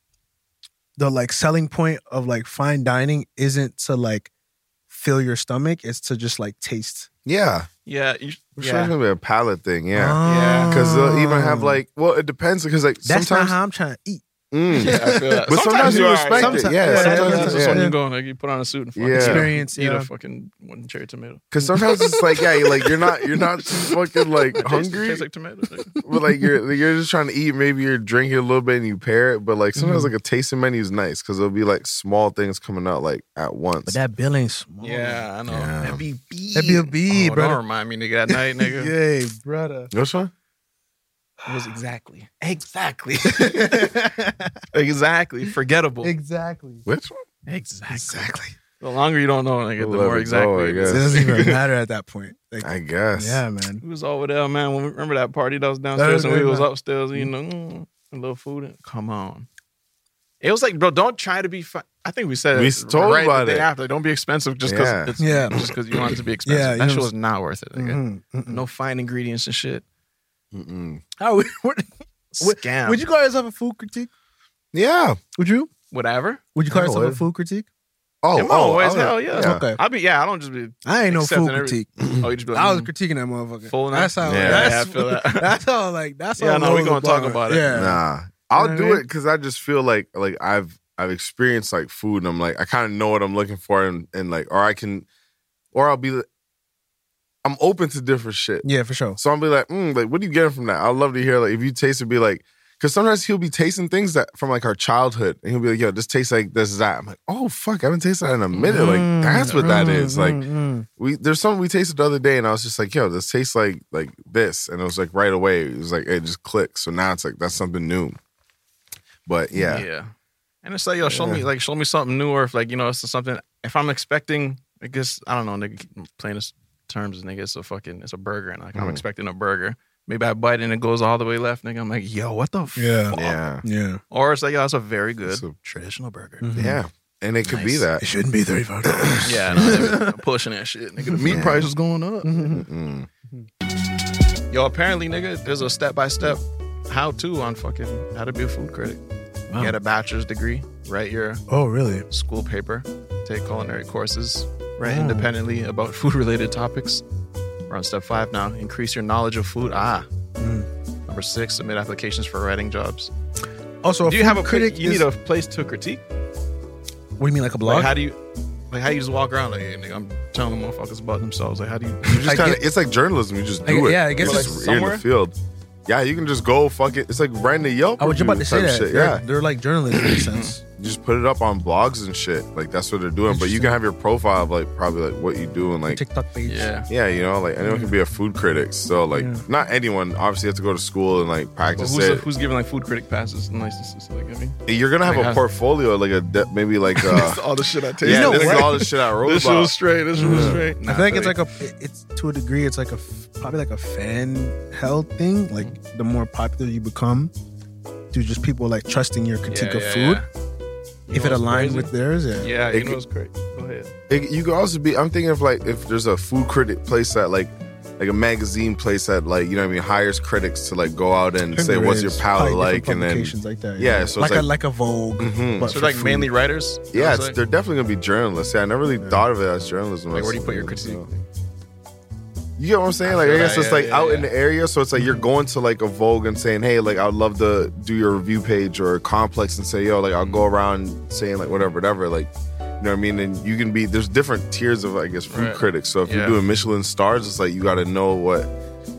the like selling point of like fine dining isn't to like fill your stomach. It's to just like taste. Yeah, Yeah, you, for sure, yeah. it's gonna be a palate thing. Yeah, because they'll even have like, well, it depends. Because like Ah. That's sometimes, not how I'm trying to eat. Mm. Yeah, I feel that. but sometimes, you are respect alright. it. Sometimes- Yeah, yeah, sometimes Sometimes it's- it's yeah. when you go, like, you put on a suit and fucking Yeah. Experience, eat yeah. a fucking one cherry tomato. Cause sometimes it's like, yeah, you're like you're not you're not too fucking like It tastes- it hungry, tastes like tomato. nigga. but like you're you're just trying to eat. Maybe you're drinking a little bit and you pair it, but like sometimes Mm-hmm. like a tasting menu is nice because it'll be like small things coming out like at once. But that bill ain't small. yeah, I know. Yeah. That'd be beat. That be a B, oh, Don't brother. remind me, nigga, that night, nigga. Yay, brother. Which one? It was exactly. exactly, exactly, forgettable. Exactly. Which one? Exactly. Exactly. The longer you don't know, nigga, the Let more it exactly. go, I it guess. It is. doesn't even matter at that point. Like, I guess. yeah, man. We was over there, man. When we, remember that party that was downstairs was and we good, was man. upstairs, you know, mm, a little food. in- Come on. It was like, bro, don't try to be. Fi- I think we said We it told right about the day it. after. Don't be expensive just because Yeah. it's Yeah. just because you want it to be expensive. Yeah, you that shit know- was not worth it. nigga. Mhm, Mm-hmm, mhm. No fine ingredients and shit. Mm-mm. How would, would, Scam. would you call yourself a food critique? Yeah. Would you? Whatever. Would you call I yourself a would. food critique? Oh, Come on, oh, boys, oh, hell yeah. Okay. I be yeah. I don't just be. I ain't no Accepting food every- critique. Oh, you just be like, I was mm. critiquing that motherfucker. Full now? that's how. Yeah, that's, yeah, I feel that. That's how. Like that's Yeah, how. no, low we the gonna talk bar- about it. Yeah. Nah, I'll know what do I mean? it because I just feel like like I've I've experienced like food and I'm like I kind of know what I'm looking for and and like or I can or I'll be I'm open to different shit. Yeah, for sure. So I'll be like, mm, like what are you getting from that? I'd love to hear like if you taste it, be like. Cause sometimes he'll be tasting things that from like our childhood, and he'll be like, "Yo, this tastes like this is that." I'm like, "Oh fuck, I haven't tasted that in a minute." Mm, Like that's what that is. Like we there's something we tasted the other day, and I was just like, "Yo, this tastes like like this," and it was like right away, it was like it just clicked. So now it's like that's something new. But yeah, Yeah. And it's like, yo, show me like show me something new, or if like you know it's something. If I'm expecting, I guess I don't know, nigga, plain as terms, nigga, it's a fucking it's a burger, and like I'm Mhm. expecting a burger. Maybe I bite and it goes all the way left, nigga. I'm like, yo, what the? F-? Yeah. yeah, Yeah. Or it's like, yo, it's a very Oh, good It's a- traditional burger. Mm-hmm. yeah, and it could be Nice. that. It shouldn't be thirty five dollars. Yeah, no, they're pushing that shit. Nigga, the meat Yeah. Mm-hmm. price is going up. Mm-mm. Yo, apparently, nigga, there's a step by step how to on fucking how to be a food critic. Get a bachelor's degree. write your Oh, really? school paper, take culinary courses, write Oh. independently about food related topics. We're on step five now. Increase your knowledge of food. Ah. Number six, submit applications for writing jobs. Also, do you have a pla- critic? You is- need a place to critique. what do you mean, like a blog? Like how do you? Like how you just walk around like hey, nigga, I'm telling motherfuckers about themselves. Like how do you? You just I kind of get- it's like journalism. You just I do get- it. yeah, I guess You're it's just in somewhere. the field. Yeah, you can just go fuck it. It's like writing a Yelp. I was just about to review say type that. shit, They're, Yeah, they're like journalists in a sense. you just put it up on blogs and shit. Like that's what they're doing. But you can have your profile of like probably like what you do and like TikTok page. Yeah. yeah, you know, like anyone can be a food critic. So like Yeah. not anyone. Obviously, you have to go to school and like But practice who's, it. who's giving like food critic passes and licenses? Like, I mean, You're gonna have Like a how- portfolio, like a de- maybe like uh, all the shit I yeah. take. this is all the shit I wrote This shit about. was straight. This shit was straight. I feel like it's like a, it- it's to a degree, it's like a, f- probably like a fan held thing. Like the more popular you become, to just people like trusting your critique of food. If it aligned with theirs, yeah. Yeah, It you could- know it's great. Go ahead. It, you could also be. I'm thinking of like if there's a food critic place that like like a magazine place that like you know what I mean hires critics to like go out and say There what's your is palate probably like different and then publications like that. yeah, so like, it's a like a Vogue, Mhm. but So for like food. mainly writers. yeah, I was it's, like, they're definitely gonna be journalists. Yeah, I never really thought of it as journalism. like, or where do you put your critique? something, so. You get what I'm saying? I Like I feel guess that, it's yeah, like yeah, out yeah. in the area, so it's like you're going to like a Vogue and saying, "Hey, like I'd love to do your review page or complex," and say, "Yo, like I'll go around saying like whatever, whatever." Like you know what I mean? And you can be there's different tiers of I guess food Right. critics. So if you're Yeah. doing Michelin stars, it's like you got to know what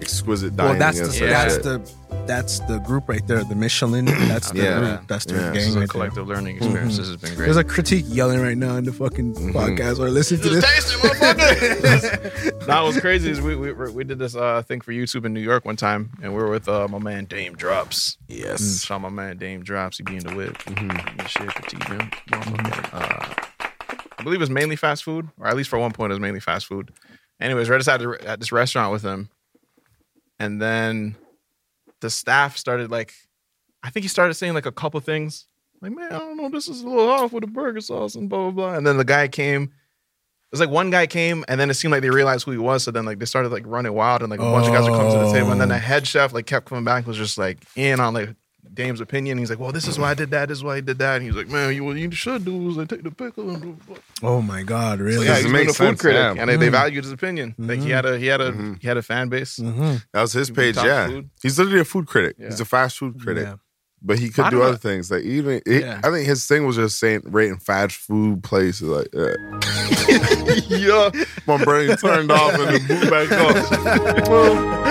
exquisite dining Well, that's is. the and that's shit. the that's the group right there. The Michelin. That's the Yeah. group. That's the Yeah. gang. This is a right there. collective learning experience. This has been great. There's a critique yelling right now in the fucking Mm-hmm. podcast or listen to this. Now what's crazy is we we, we did this uh, thing for YouTube in New York one time, and we were with uh, my man Dame Drops. Yes. shout out my man Dame Drops. He be in the whip. And shit, critique him. Uh, I believe it was mainly fast food, or at least for one point it was mainly fast food. Anyways, right outside the- at this restaurant with him, and then the staff started like, I think he started saying like a couple things. Like, man, I don't know, this is a little off with the burger sauce and blah blah blah. And then the guy came. It was like one guy came, and then it seemed like they realized who he was. So then like they started like running wild, and like a bunch of guys would come to the table. And then Oh. the head chef like kept coming back, and was just like in on like Dame's opinion. He's like, "Well, this is why I did that. This is why he did that." And he's like, "Man, you what you should do is like take the pickle and do." Oh my god, really? Yeah, doesn't he's been make a food sense, critic, yeah. Mm-hmm. and they, they valued his opinion. Like he had a he had a he had a fan base. Mhm. that was his the page. top Yeah, food. he's literally a food critic. Yeah. He's a fast food critic. Yeah. But he could I do don't other know. things. Like even he- Yeah. I think his thing was just saying rating fast food places like uh, that. yeah, My brain turned off and it boot back up.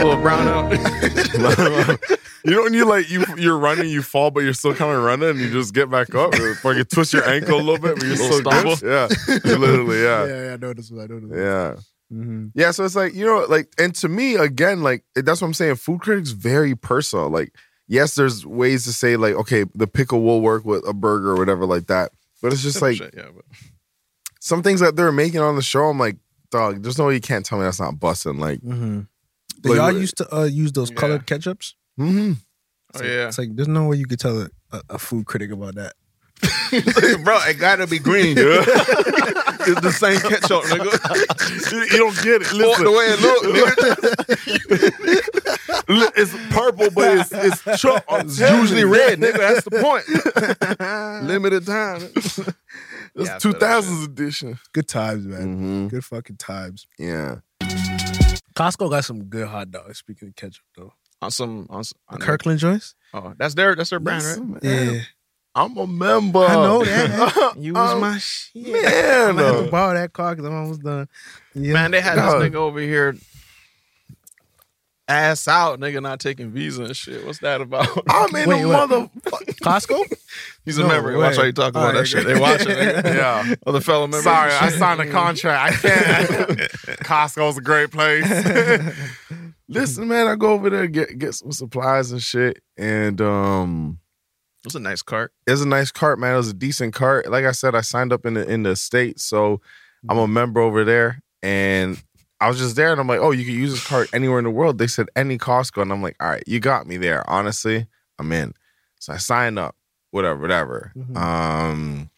little brown out. you know when you like you you're running, you fall, but you're still kind of running, and you just get back up, or fucking twist your ankle a little bit, but you're Little still good. Yeah, literally, yeah, yeah, yeah, I know this. I know this. yeah, Mm-hmm. yeah. So it's like you know, like, and to me, again, like that's what I'm saying. Food critics very personal. Like, yes, there's ways to say like, okay, the pickle will work with a burger or whatever like that, but it's just like Shit, yeah, but some things that they're making on the show. I'm like, dog, there's no way you can't tell me that's not busting. Like, Mm-hmm. Like, y'all what- used to uh, use those colored ketchups? mhm. oh yeah, It's like there's no way you could tell a, a, a food critic about that. bro, it gotta be green. it's the same ketchup, nigga. you you don't get it. Walk Listen, the way it look. nigga. Li- It's purple, but it's it's, cho- I'm It's telling usually you. red, nigga. That's the point. Limited time. It's Yeah, I feel two that thousands edition. Good times, man. Mm-hmm. Mhm. Good fucking times. Yeah, Costco got some good hot dogs. Speaking of ketchup, though, On some, on some on their- Kirkland joints. Oh, that's their that's their brand, right? Yeah, I'm a member. Oh. I know that. You was my shit. man. I had to borrow that car because I'm almost done. Yeah, Man, they had Dog. this nigga over here ass out, nigga not taking visa and shit. What's that about? I'm in Wait, the what? mother. Costco. He's no a member. Watch way. how you talk about Alright, that shit. They watching. Nigga. Yeah. Other fellow members. Sorry, I and shit. signed a contract. I can't. Costco's a great place. Listen, man, I go over there get get some supplies and shit, and um. It was a nice cart. it was a nice cart, man. It was a decent cart. Like I said, I signed up in the in the state, so I'm a member over there. And I was just there, and I'm like, oh, you can use this cart anywhere in the world. They said any Costco, and I'm like, all right, you got me there. Honestly, I'm in. So I signed up, whatever, Mm-hmm. whatever. Um,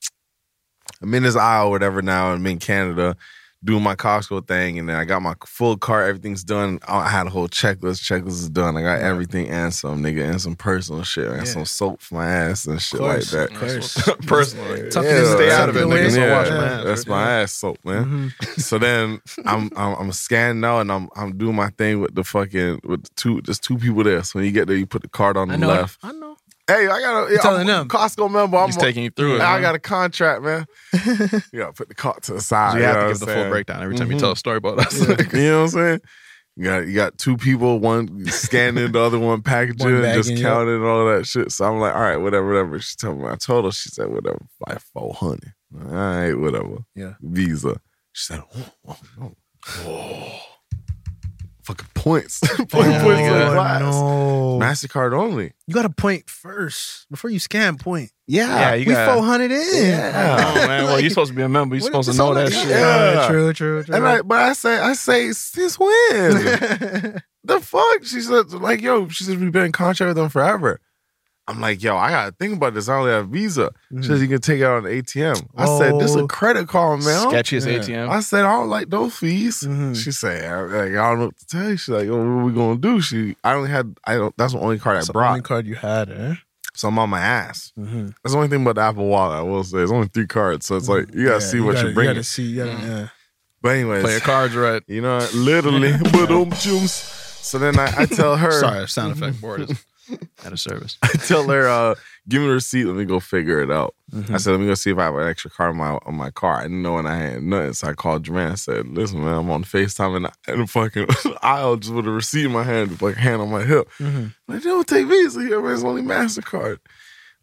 I'm in this aisle, whatever. Now I'm in Canada. doing my Costco thing, and then I got my full cart. Everything's done. I had a whole checklist. Checklist is done. I got everything and some nigga and some personal shit and some soap for my ass and shit course, like of that. course. Personally, Tuck it in, stay tuck out of it it, away. nigga. Mm-hmm. Don't Yeah, wash my ass, that's my ass soap, man. So then I'm, I'm I'm scanning out and I'm I'm doing my thing with the fucking with the two. There's two people there. So when you get there, you put the card on the I know. left. I know. Hey, I got a yeah, I'm telling a them. Costco member. I'm He's a- taking you through it. I huh? got a contract, man. you gotta put the cart to the side. You have know to what give the I'm full saying? breakdown every time Mm-hmm. you tell a story about us. Oh, you know what I'm saying? You got you got two people, one scanning, the other one packaging, One and just bagging, yep. counting and all that shit. So I'm like, all right, whatever, whatever. She told me I told her, she said, whatever, like four hundred. All right, whatever. Yeah. Visa. She said, oh, oh, oh. Oh. Fucking points. Point Oh points my on God. glass. no. MasterCard only. You got to point first before you scan. Point. Yeah. you we got- four hundred in. Yeah. Oh man, well Like, you're supposed to be a member. You're what supposed to is know this that all shit. about? Yeah. True. True. True. And I, but I say, I say, since when? the fuck? She said, like, yo, she said, we've been in contract with them forever. I'm like, yo, I gotta think about this. I only have Visa. She says, you can take it out on the ATM. I said, this is a Mm. Oh. credit card, man. Sketchiest Yeah. ATM. I said, I don't like those fees. Mhm. She said, I, like, I don't know what to tell you. She's like, yo, what we gonna do? She, I only had, I don't, that's the only card I It's the brought. only card you had, eh? so I'm on my ass. Mm-hmm. That's the only thing about the Apple Wallet, I will say. It's only three cards. So it's like, you gotta see what you you're bringing. You gotta see. You gotta, yeah. but, anyways, Play your cards right. you know, literally, but um, jooms. So then I, I tell her, Sorry, sound Mm-hmm. effect board is out of service. I tell her, uh, give me the receipt. Let me go figure it out. Mm-hmm. I said, let me go see if I have an extra card on my on my car. I didn't know when I had nothing, so I called Jermaine. I said, listen, man, I'm on Facetime and in the fucking aisle just with a receipt in my hand, like hand on my hip. Mm-hmm. Like, they don't take Visa here, man. It's only Mastercard.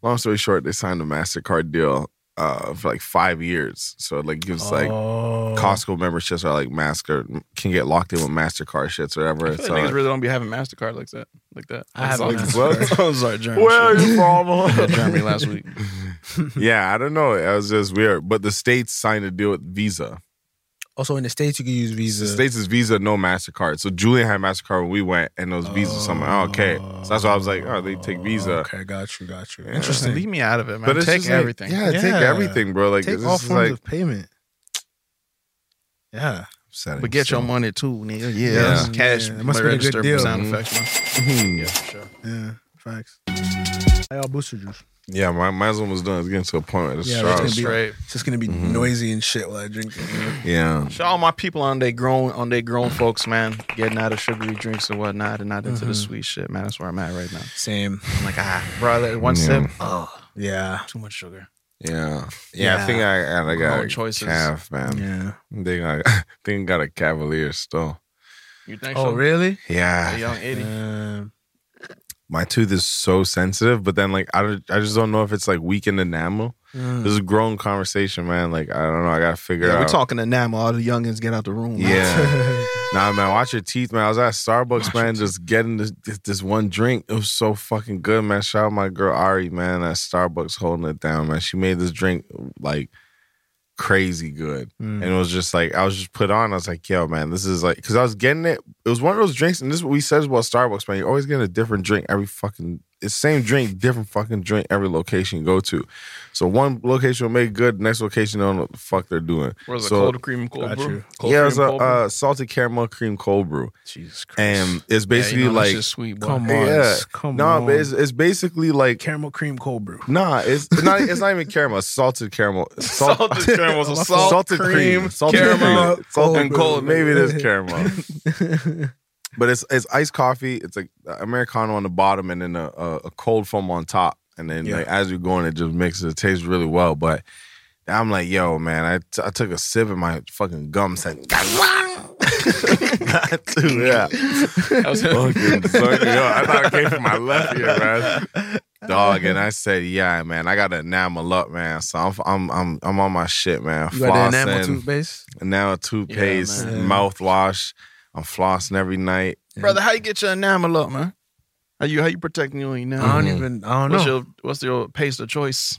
Long story short, they signed a Mastercard deal uh, for like five years, so it like gives like oh. Costco memberships are like Master can get locked in with Mastercard shits or whatever. I feel It's like niggas like- really don't be having Mastercard like that. Like that. I have like, like, what? I'm sorry, Jeremy. Where are you Yeah, from? Germany last week. yeah, I don't know. It was just weird. But the states signed a deal with Visa. Also, in the states, you can use Visa. The states is Visa, no Mastercard. So Julian had Mastercard when we went, and those Visa. So I'm like, oh, okay. So that's why I was like, oh, they take Visa. Okay, got you, got you. Yeah. Interesting. Leave me out of it, man. But it's Take just like- everything. yeah, take Yeah. everything, bro. Like Take it's all just forms like of payment. Yeah. upsetting. But get your So- money too, nigga. Yeah, Yeah. that's cash. Yeah, it must have been a good register deal. sound effects, man. Mhm. Yeah. Facts. I all booster juice. Yeah, my my one was done. It's getting to a point where it's Yeah, yeah, it's gonna be- Straight. It's just gonna be Mm-hmm. noisy and shit while I drink it. you know? Yeah. Shout out my people on they grown on they grown folks, man. Getting out of sugary drinks and whatnot, and not into Mm-hmm. the sweet shit, man. That's where I'm at right now. Same. I'm like, ah, bro, I let one Yeah. sip, oh, Yeah. too much sugar. Yeah. Yeah. I Yeah. think I got I got Wrong a choices. calf, man. Yeah. They got I think I got a cavalier still. You think Oh, so? really? Yeah. A young eighty. Um, my tooth is so sensitive, but then like I, don't- I just don't know if it's like weakened enamel. Mm. This is a grown conversation, man. Like I don't know. I gotta figure Yeah, out. we're talking to Nam. All the youngins get out the room. man. Yeah. nah, man. Watch your teeth, man. I was at Starbucks, man, just getting this, this this one drink. It was so fucking good, man. Shout out my girl Ari, man, at Starbucks holding it down, man. She made this drink like crazy good. And it was just like I was just put on. I was like, yo, man, this is like cause I was getting it. It was one of those drinks, and this is what we said about Starbucks, man. You're always getting a different drink every fucking it's same drink, different fucking drink every location you go to. So one location will make good, next location they don't know what the fuck they're doing. What is it? So- Cold cream, cold Got brew. you. Cold yeah, cream, it's a cold brew? uh, salted caramel cream cold brew, Jesus Christ. and it's basically yeah, you know that like shit's sweet, boy. Come on. yeah, Come no, on. but it's, it's basically like Caramel cream cold brew. nah, it's not it's not even caramel, it's salted caramel, Salt- Salted caramel, so salt, salted cream, salted caramel, cream, salted and cold. Maybe it is caramel, but it's it's iced coffee. It's like americano on the bottom and then a, a, a cold foam on top, and then Yeah. like as you're going, it just mixes. It tastes really well, but. I'm like, yo, man. I, t- I took a sip and my fucking gum said, yeah. That was fucking suck me up. I thought it came from my left ear, man. Dog, and I said, "Yeah, man, I got to enamel up, man. So I'm, I'm, I'm, I'm on my shit, man. You got the enamel Flossing, toothpaste? enamel toothpaste, man. mouthwash. I'm flossing every night. brother, how you get your enamel up, man? How you how you protecting your I enamel? Mm-hmm. don't even. I don't What's know. your what's your paste of choice?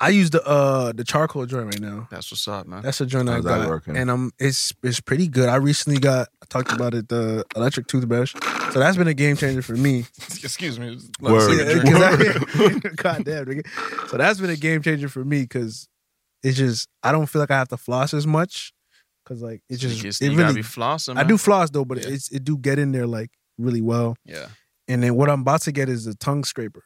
I use the uh the charcoal joint right now. That's what's up, man. That's a joint I How's that got, working? and um, it's it's pretty good. I recently got I talked about it the electric toothbrush, so that's been a game changer for me. Excuse me. Word. Yeah, 'cause I- Goddamn, nigga. So that's been a game changer for me because it's just I don't feel like I have to floss as much because like it You just just- it you gotta really. be flossing. I man. do floss though, but Yeah. it's it do get in there like really well. Yeah, And then what I'm about to get is a tongue scraper.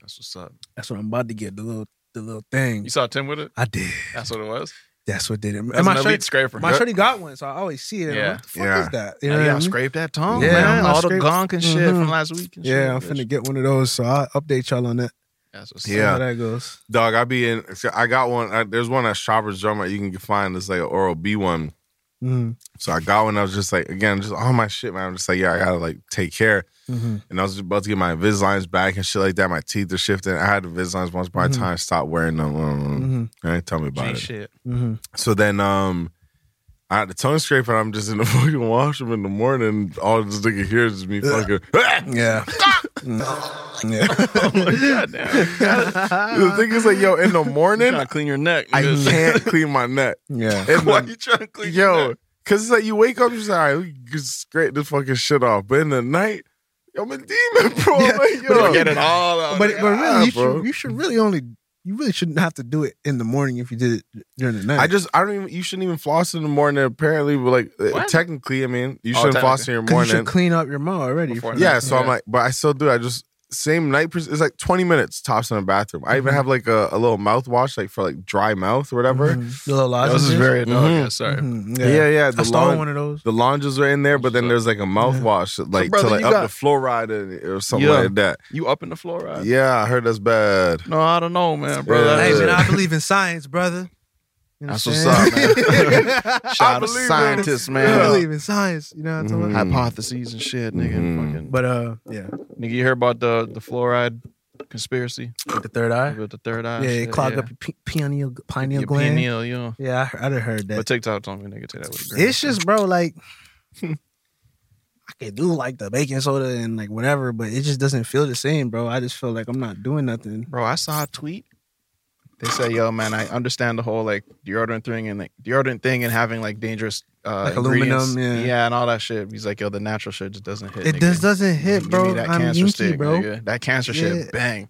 that's what's up. That's what I'm about to get the little the little thing. You saw Tim with it. I did. That's what it was. That's what did it. That's And my my an elite shirt, scraper. my shorty got one, so I always see it. I'm Yeah. like, What the fuck Yeah. is that? You You know what I gotta mean? scrape that tongue, Yeah, I'm man. gonna All the scrape- gunk and shit Mhm. from last week. And shit, Yeah, I'm bitch. finna get one of those, so I'll update y'all on that. That's what's See Yeah. how that goes. Dog, I be in. I got one. I, there's one at Shoppers Drug Mart you can find. It's like an Oral B one. Mm-hmm. So I got one. I was just like, again, just all my shit, man. I'm just like, yeah, I gotta like take care. Mm-hmm. And I was about to get my Invisaligns back and shit like that. My teeth are shifting. I had Invisaligns once by the Mhm. time I stopped wearing them. mm Mm-hmm. tell me about G it. shit. Mm-hmm. So then, um, I had the tongue scraper. and I'm just in the fucking washroom in the morning. All this nigga hears is me fucking. Yeah. Mm. Oh Oh yeah. the thing is, like, yo, in the You morning, trying to clean your neck? I nigga. can't clean my neck. Yeah. In Why the- you trying to clean? your yo, neck? because it's like you wake up, you're just like, all right, we can scrape this fucking shit off. But in the night, yo, I'm a demon, bro. Yeah, Like, but yo, you get Get it all out. But but really, you bro. should, you should really only you really shouldn't have to do it in the morning if you did it during the night. I just I don't even you shouldn't even floss in the morning apparently but like uh, What? technically I mean you Oh, shouldn't floss in your 'Cause you should morning clean up your mouth already. Before if you- that. yeah so I'm Yeah. like but I still do I just same night pers- it's like 20 minutes tops in the bathroom I Mm-hmm. even have like a, a little mouthwash like for like dry mouth or whatever Mhm. The little That lozenges. was very Mhm. dog. Yeah, sorry. Mhm, yeah yeah, I the stole laun- one of those. the lounges are in there but then So- there's like a mouthwash like brother, to like you up got- the fluoride in it or something Yeah. like that You up in the fluoride? yeah I heard that's bad No, I don't know, man, bro. Yeah. That's Hey, man, it. I believe in science, brother. That's what's up, man. Shout out to believe in- scientists, I man. believe in science. You know what I'm talking Mhm. Mm-hmm. about? Hypotheses and shit, nigga. Mhm. Fucking- But uh, yeah, Nigga, you hear about the the fluoride conspiracy with the third eye. with the third eye? Yeah, it shit, clogged yeah. up your pe- pineal pineal Your gland. pineal, you know. Yeah, I, I'd have heard But that. TikTok told me, nigga, take that with a grain of It's just, bro, like I could do like the baking soda and like whatever, but it just doesn't feel the same, bro. I just feel like I'm not doing nothing. Bro, I saw a tweet. They say, "Yo, man, I understand the whole like deodorant thing and like deodorant thing and having like dangerous uh, Like aluminum, ingredients. yeah. and all that shit." He's like, "Yo, the natural shit just doesn't hit. It nigga. just doesn't hit, Give bro. me that I'm cancer Yankee, stick, bro. nigga. That cancer Yeah. shit, bang.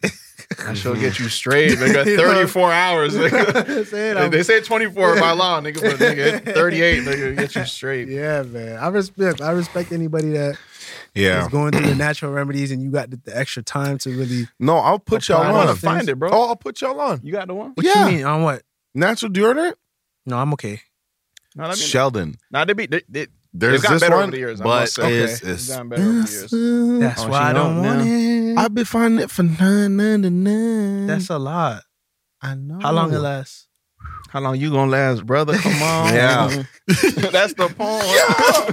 That shit'll get you straight, nigga. You know what I'm- Thirty-four hours. Nigga. That's it, They- I'm- they say twenty-four by law, nigga, but nigga, it- thirty-eight, nigga, get you straight. Yeah, man. I respect. I respect anybody that yeah is going through the natural remedies and you got the, the extra time to really. no I'll put y'all Apply I on want to those things. find it, bro. oh I'll put y'all on You got the one? What Yeah. you mean on what? natural deodorant No, I'm okay. No, I mean, Sheldon nah, they be they, they, there's They've gotten this better one over the years, I but must say. it's, they've it's gotten better over the years. That's Oh, why I she don't don't want it. I've been finding it for nine ninety nine. That's a lot. I know. How long it lasts? How long you gonna last, brother? Come on. Yeah. That's the poem.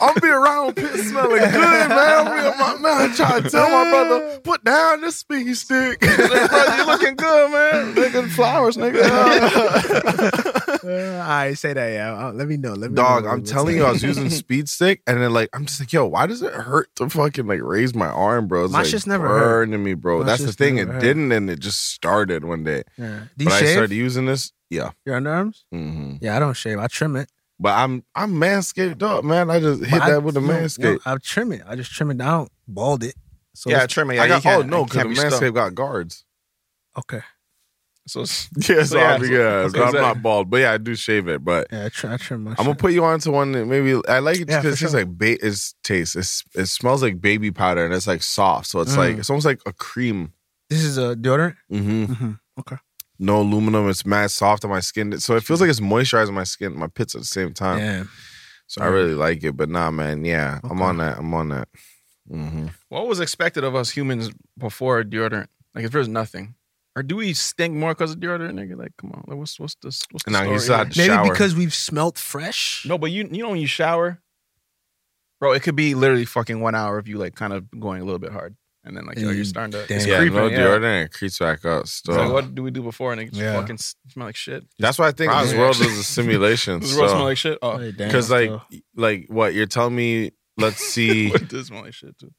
I'm be around pit smelling good, man. I'm be man. I'm trying to tell my brother, put down this speaking stick. Brother, you looking good, man. Looking flowers, nigga. Uh, all right, say that, yeah. Uh, let me know. Let me Dog, know. I'm telling you, I was using speed stick, and then like I'm just like, yo, why does it hurt to fucking like raise my arm, bro? It's My like, shit's never hurt. burning me, bro. My That's the shit's thing. It never hurt. didn't, and it just started one day. Yeah. Do you but shave I started using this. Yeah. your underarms? hmm Yeah, I don't shave. I trim it. But I'm I'm manscaped up, man. I just hit But I- that with a no, Oh, no, manscape. I trim it. I just trim it down, bald it. So yeah, it's- trim it. I got oh no, because because the manscape got guards. okay. So it's- Yeah, so yeah, I'll be so- good. okay, So I'm exactly. not bald, but yeah, I do shave it. But Yeah, I, tr- I trim my. I'm gonna shit. put you on to one that maybe I like it Yeah, because for it tastes sure. like ba- it's taste. It's it smells like baby powder and it's like soft, so it's like Mm. it's almost like a cream. This is a deodorant. Mm-hmm. Mm-hmm. Okay. No aluminum. It's mad soft on my skin, so it feels like it's moisturizing my skin, my pits at Uh, the same time. Yeah. So I really like it. But nah, man, yeah, I'm Okay. on that. I'm on that. hmm what was expected of us humans before deodorant? Like, if there's nothing, or do we stink more because of deodorant, nigga? Like, come on, like, what's what's this? What's the Nah, story? you still here? had to Maybe shower. because we've smelt fresh. No, but you you know when you shower, bro, it could be literally fucking one hour of you like kind of going a little bit hard, and then like yo, And you're you starting to dance. it's yeah, creeping. no Mm, yeah. deodorant it creeps back up. It's like, Still, what do we do before? And it just Yeah. fucking smell like shit. that's why I think this Probably. world is a simulation. Does the world so. smell like shit? Oh, Because like like what you're telling me. Let's see. it does smell like shit too.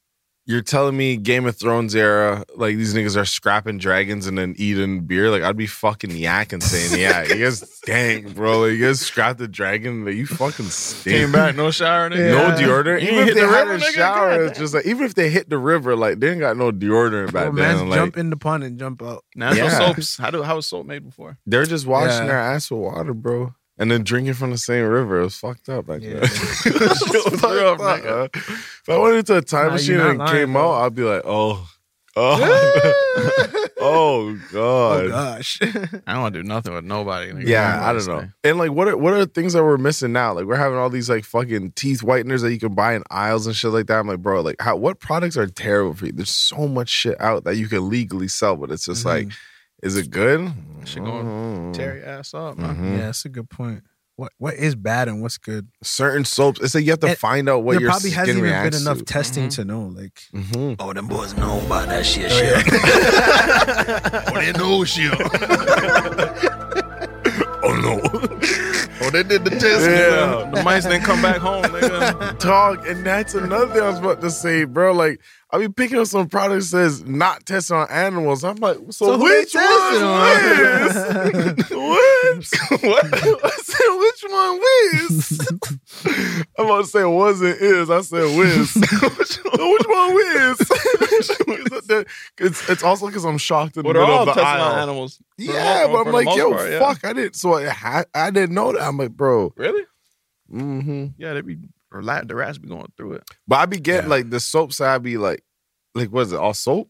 you're telling me Game of Thrones era, like these niggas are scrapping dragons and then eating beer. Like I'd be fucking yakking saying, yeah, you guys dang, bro. Like you guys scrapped the dragon. Like you fucking Came stink. back, no shower, nigga. No Yeah. deodorant. You even hit if they the had river, a nigga? shower, God it's just like even if they hit the river, like they ain't got no deodorant Oh, back then. Like jump in the pond and jump out. Natural Yeah. soaps. How do how was soap made before? they're just washing Yeah. their ass with water, bro. And then drinking from the same river. It was fucked up back Yeah, then. Shit was fucked up, nigga. If I went into a time Nah, machine you're not and lying, came bro. out, I'd be like, oh. Oh, oh Oh God. gosh. Mm. I don't want to do nothing with nobody. nigga. Yeah, I I'm don't know. gonna And like, what are what are the things that we're missing now? Like, we're having all these like fucking teeth whiteners that you can buy in aisles and shit like that. I'm like, bro, like, how what products are terrible for you? There's so much shit out that you can legally sell, but it's just like, Mm-hmm. is it good? Shit going Mm. stay. Tear your ass up, man. Mhm. Yeah, that's a good point. What what is bad and what's good? Certain soaps. It's like you have to And find out what there your probably skin hasn't even been reacts enough to. testing to know. Like, Mm-hmm. Mhm. oh, them boys know about that shit. shit. Oh, they know shit. Oh no, Oh, they did the test. yeah. The mice didn't come back home, nigga. dog. And that's another thing I was about to say, bro. Like, I be picking up some products that says not tested on animals. I'm like, so, who they which one wins? which? what? I said, which one wins? I'm about to say wasn't is. I said wins. which one wins? Which one wins? it's, it's also because I'm shocked in But the they're middle all of the testing aisle. on animals. For the Yeah, most- but for I'm the like, most yo, part, yeah. fuck, I didn't. So I, I didn't know that. I'm like, bro. Really? Mm-hmm. Yeah, they be or la- the rats be going through it. What But I be getting Yeah. like the soaps. I be like, like what is it? All soap?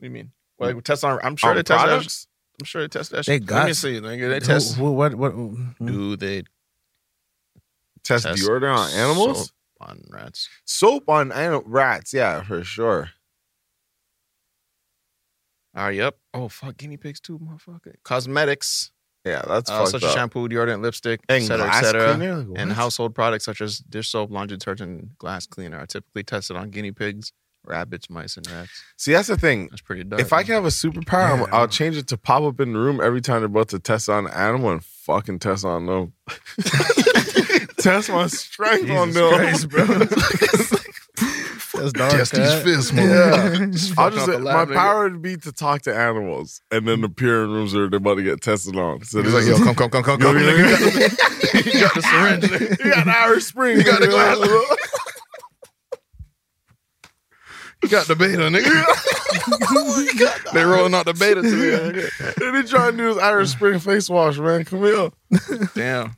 do you mean? Well, they test on. I'm sure Mm. On they test that. products? I'm sure they test that. They shit. Let got- me see, nigga. They Mm-hmm. Who- test. who- what mm-hmm. what? Do they Test, test deodorant on Uh, animals? soap on rats? Soap on anim- rats? Yeah, for sure. All right, yep. Oh fuck, guinea pigs too, motherfucker. Cosmetics, Yeah, that's uh, fucked such up. as shampoo, deodorant, lipstick, and etc., glass etc., cleaner? Like, and what? household products such as dish soap, laundry detergent, and glass cleaner are typically tested on guinea pigs, rabbits, mice, and rats. See, that's the thing. That's pretty dark. If I man. can have a superpower, I'm- Yeah. I'll change it to pop up in the room every time they're about to test on an animal and fucking test on them. test my strength on them. That's dark. Test these huh? fists, man. Yeah. I'll fuck just out say, the my lab, nigga. power would be to talk to animals and then appear in rooms where they're about to get tested on. So He's it's like, yo, come, come, come, come, come. you got the syringe. you got an Irish spring. You got the nigga. glass. You got the beta, nigga. Oh they rolling out the beta to me. and they trying to do this Irish spring face wash, man. Come here. Damn.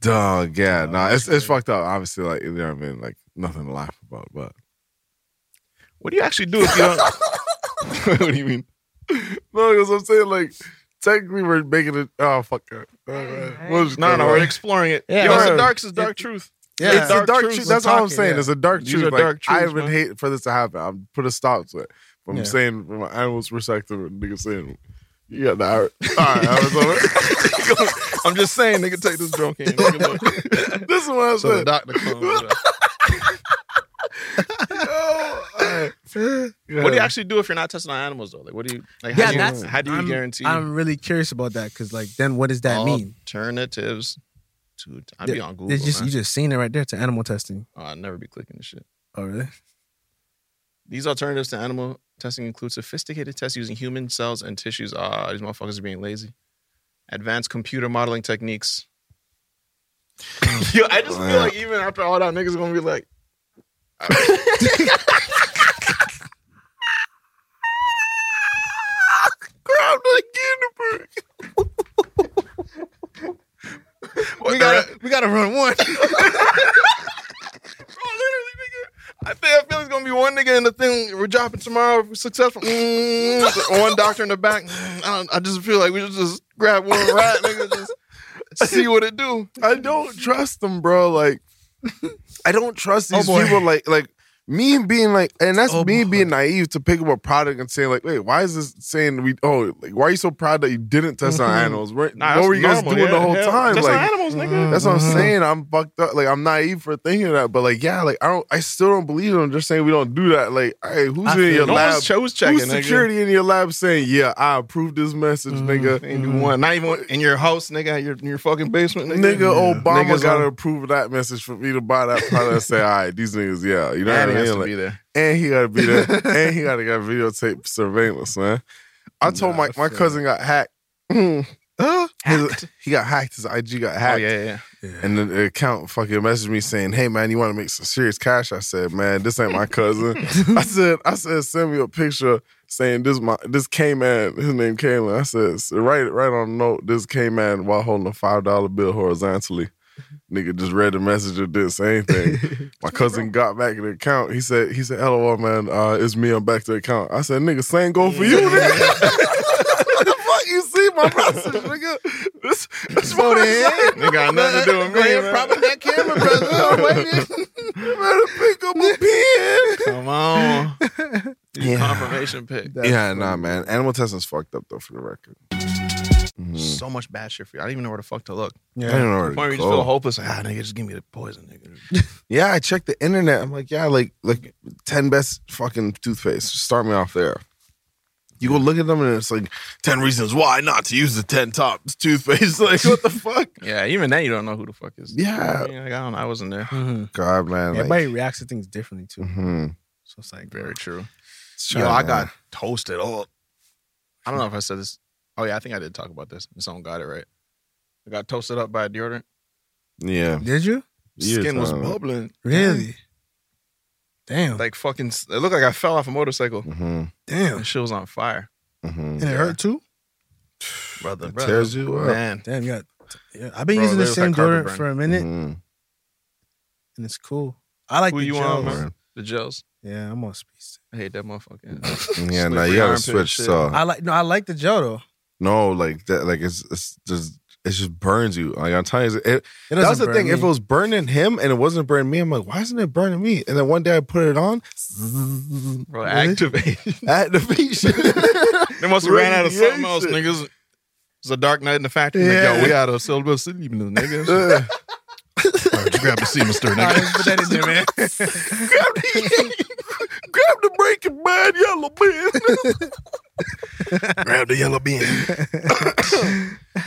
Dog, yeah. Nah, it's, it's fucked up. Obviously, like, you know what I mean? Like, nothing to laugh about, but. What do you actually do if you don't? what do you mean? No, because I'm saying, like, technically we're making it. Oh, fuck. it. We'll just no, go no, on. we're exploring it. Yeah. Yo, it's Yeah. a dark, it's a dark truth. Yeah. It's a dark truth. truths. That's We're all I'm talking, saying. yeah. It's a dark These truth. are Like, dark I truths, would man. hate for this to happen. I'm put a stop to it. But I'm Yeah. saying, from an animal's perspective, a nigga saying, you got the Irish. All right, Arizona. I'm just saying, nigga, take this joke in. Nigga, look. this is what I so the said. doctor comes. uh, Yeah. What do you actually do if you're not testing on animals though? Like, what do you like? Yeah, how do you, that's- how do you I'm- guarantee I'm really curious about that because, like, then what does that mean? alternatives? To I'd be Yeah, on Google. It's just man. you just seen it right there to animal testing. oh, I'd never be clicking this shit. Oh, really? These alternatives to animal testing include sophisticated tests using human cells and tissues. Ah, these motherfuckers are being lazy. Advanced computer modeling techniques. Yo, I just feel like even after all that, niggas gonna be like, Grab the Guinea pig. we gotta, we gotta run one. Bro, literally, nigga. I feel, I feel it's gonna be one nigga in the thing. We're dropping tomorrow. If we're successful, mm, one doctor in the back. Mm, I, don't, I just feel like we should just grab one rat, nigga, just see what it do. I don't trust them, bro. Like, I don't trust these Oh, boy. people. Like, like me being like, and that's Oh, me boy. being naive to pick up a product and saying like, wait, why is this saying we? Oh, like, why are you so proud that you didn't test Mm-hmm. on animals? What, what were you guys doing the whole time? Like, animals, Mm-hmm. nigga. that's what I'm saying. I'm fucked up. Like, I'm naive for thinking that. But like, yeah, like I don't. I still don't believe them. Just saying we don't do that. Like, hey, who's I in feel your no lab? one's chose checking, Who's security in your lab saying, yeah, I approve this message, Mm-hmm. nigga? nigga. Ain't do one. Not even in your house, nigga. Your your fucking basement, nigga. Mm-hmm. Nigga, Obama Niggas gotta on- approve that message for me to buy that product and say, all right, these niggas, yeah. You know Man, what I he has mean? to Like, be there. and he gotta be there. and he gotta get videotape surveillance, man. I told my, my cousin got hacked. His- he got hacked. His IG got Oh hacked. yeah, yeah. And the- the account fucking messaged me saying, "Hey man, you want to make some serious cash?" I said, "Man, this ain't my cousin." I said, "I said, send me a picture saying this my this K man, his name Kalen." I said, "S- "Right, right on the note, this K man while holding a five dollar bill horizontally." Nigga just read the message and did the same thing. My cousin got back in the account. He said, "He said, LOL man, uh, it's me. I'm back to the account." I said, "Nigga, same goal for you." Nigga. What the fuck you see my message, nigga? This, this what it is. Nigga got nothing to do with me. man. that camera, brother. I'm waiting. You better pick up a pen. Come on. Yeah. Confirmation pick. yeah, nah, man. Animal testing's fucked up though, for the record. Mhm. So much bad shit for you. I didn't even know where the fuck to look. I don't know where to Point where you just go. feel hopeless. Like, ah, nigga, just give me the poison, nigga. Yeah, I checked the internet. I'm like, yeah, like like ten best fucking toothpaste. Start me off there. You go look at them and it's like ten reasons why not to use the ten top toothpaste. Like what the fuck? yeah, even then you don't know who the fuck is. Yeah. I, mean, like, I don't. know. Mm-hmm. I wasn't there. God, man. Like, Mm-hmm. Everybody reacts to things differently too. mhm. So it's like Very true. Yeah, Yo, I man. got toasted up. I don't know if I said this. Oh yeah, I think I did talk about this. And someone got it right. I got toasted up by a deodorant. Yeah. Did you Years Skin was time. bubbling. really? Damn, Like fucking. It looked like I fell off a motorcycle. Mhm. damn, And shit was on fire, Mhm. and it hurt too. brother. It brother. tears you up. man. Damn, you got. Yeah, I've been Bro, using the they look same like carpet deodorant burn. for a minute, Mhm. and it's cool. I like Who the you on, gels. man? Mm-hmm. The gels. Yeah, I'm on space. I hate that motherfucker. Yeah, Slippery no, you gotta armpit switch. shit. So I like no, I like the gel though. no, like that, like it's it's just it just burns you. Like I'm telling you, it, It that was doesn't the thing. burn If it me. was burning him and it wasn't burning me, I'm like, why isn't it burning me? And then one day I put it on, Bro, activate. at the beach. they must have ran out of something else, Radiation. niggas. It's a dark night in the factory. Yeah. Yeah. Like, yo, we out of Silver City, niggas. Ugh. grab the semen stir, Nah, nigga. just put that in there, man. grab the grab the breaking bad yellow bin. grab the yellow bean.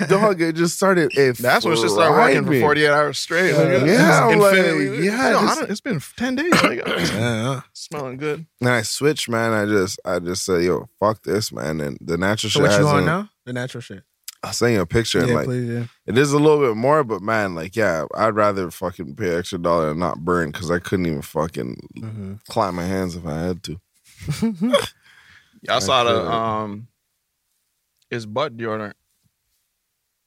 Dog, it just started. It That's when shit started working for fried me. 48 hours straight. nigga. yeah, I'm like, Infinity. yeah, Yo, I this- don't- it's been 10 days. nigga. Yeah. smelling good. And I switched, man. I just, I just said, yo, fuck this, man. And the natural So shit. what you on hasn't- now? The natural shit. I'll send you a picture. and Yeah, like, please, yeah. it is a little bit more, but man, like, yeah, I'd rather fucking pay extra dollar and not burn because I couldn't even fucking Mhm. clap my hands if I had to. Y'all saw feel it. the um, it's butt deodorant.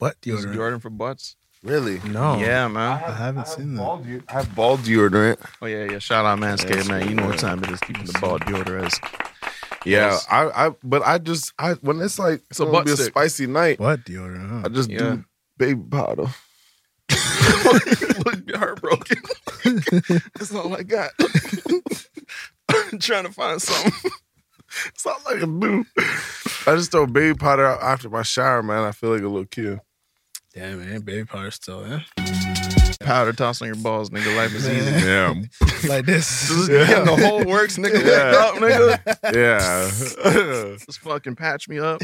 Butt It's deodorant. deodorant for butts. Really? No. Yeah, man. Oh. I haven't seen that. I have ball deodorant. Oh yeah, yeah. Shout out Manscaped, man. You know what time it is. Keeping the ball deodorant. Yeah, Yes. I, I, but I just, I when it's like It's a gonna butt be a stick. spicy night, Butt deodorant. I Huh? just Yeah. do baby powder. Look heartbroken. That's all I got. trying to find something. That's all I can do. I just throw baby powder out after my shower, man. I feel like a little kid. Damn, man, baby powder still, yeah. Powder toss on your balls, nigga. Life is easy. Yeah, like this. Just Getting the whole works, nigga. Licked up, nigga. yeah. Just fucking patch me up.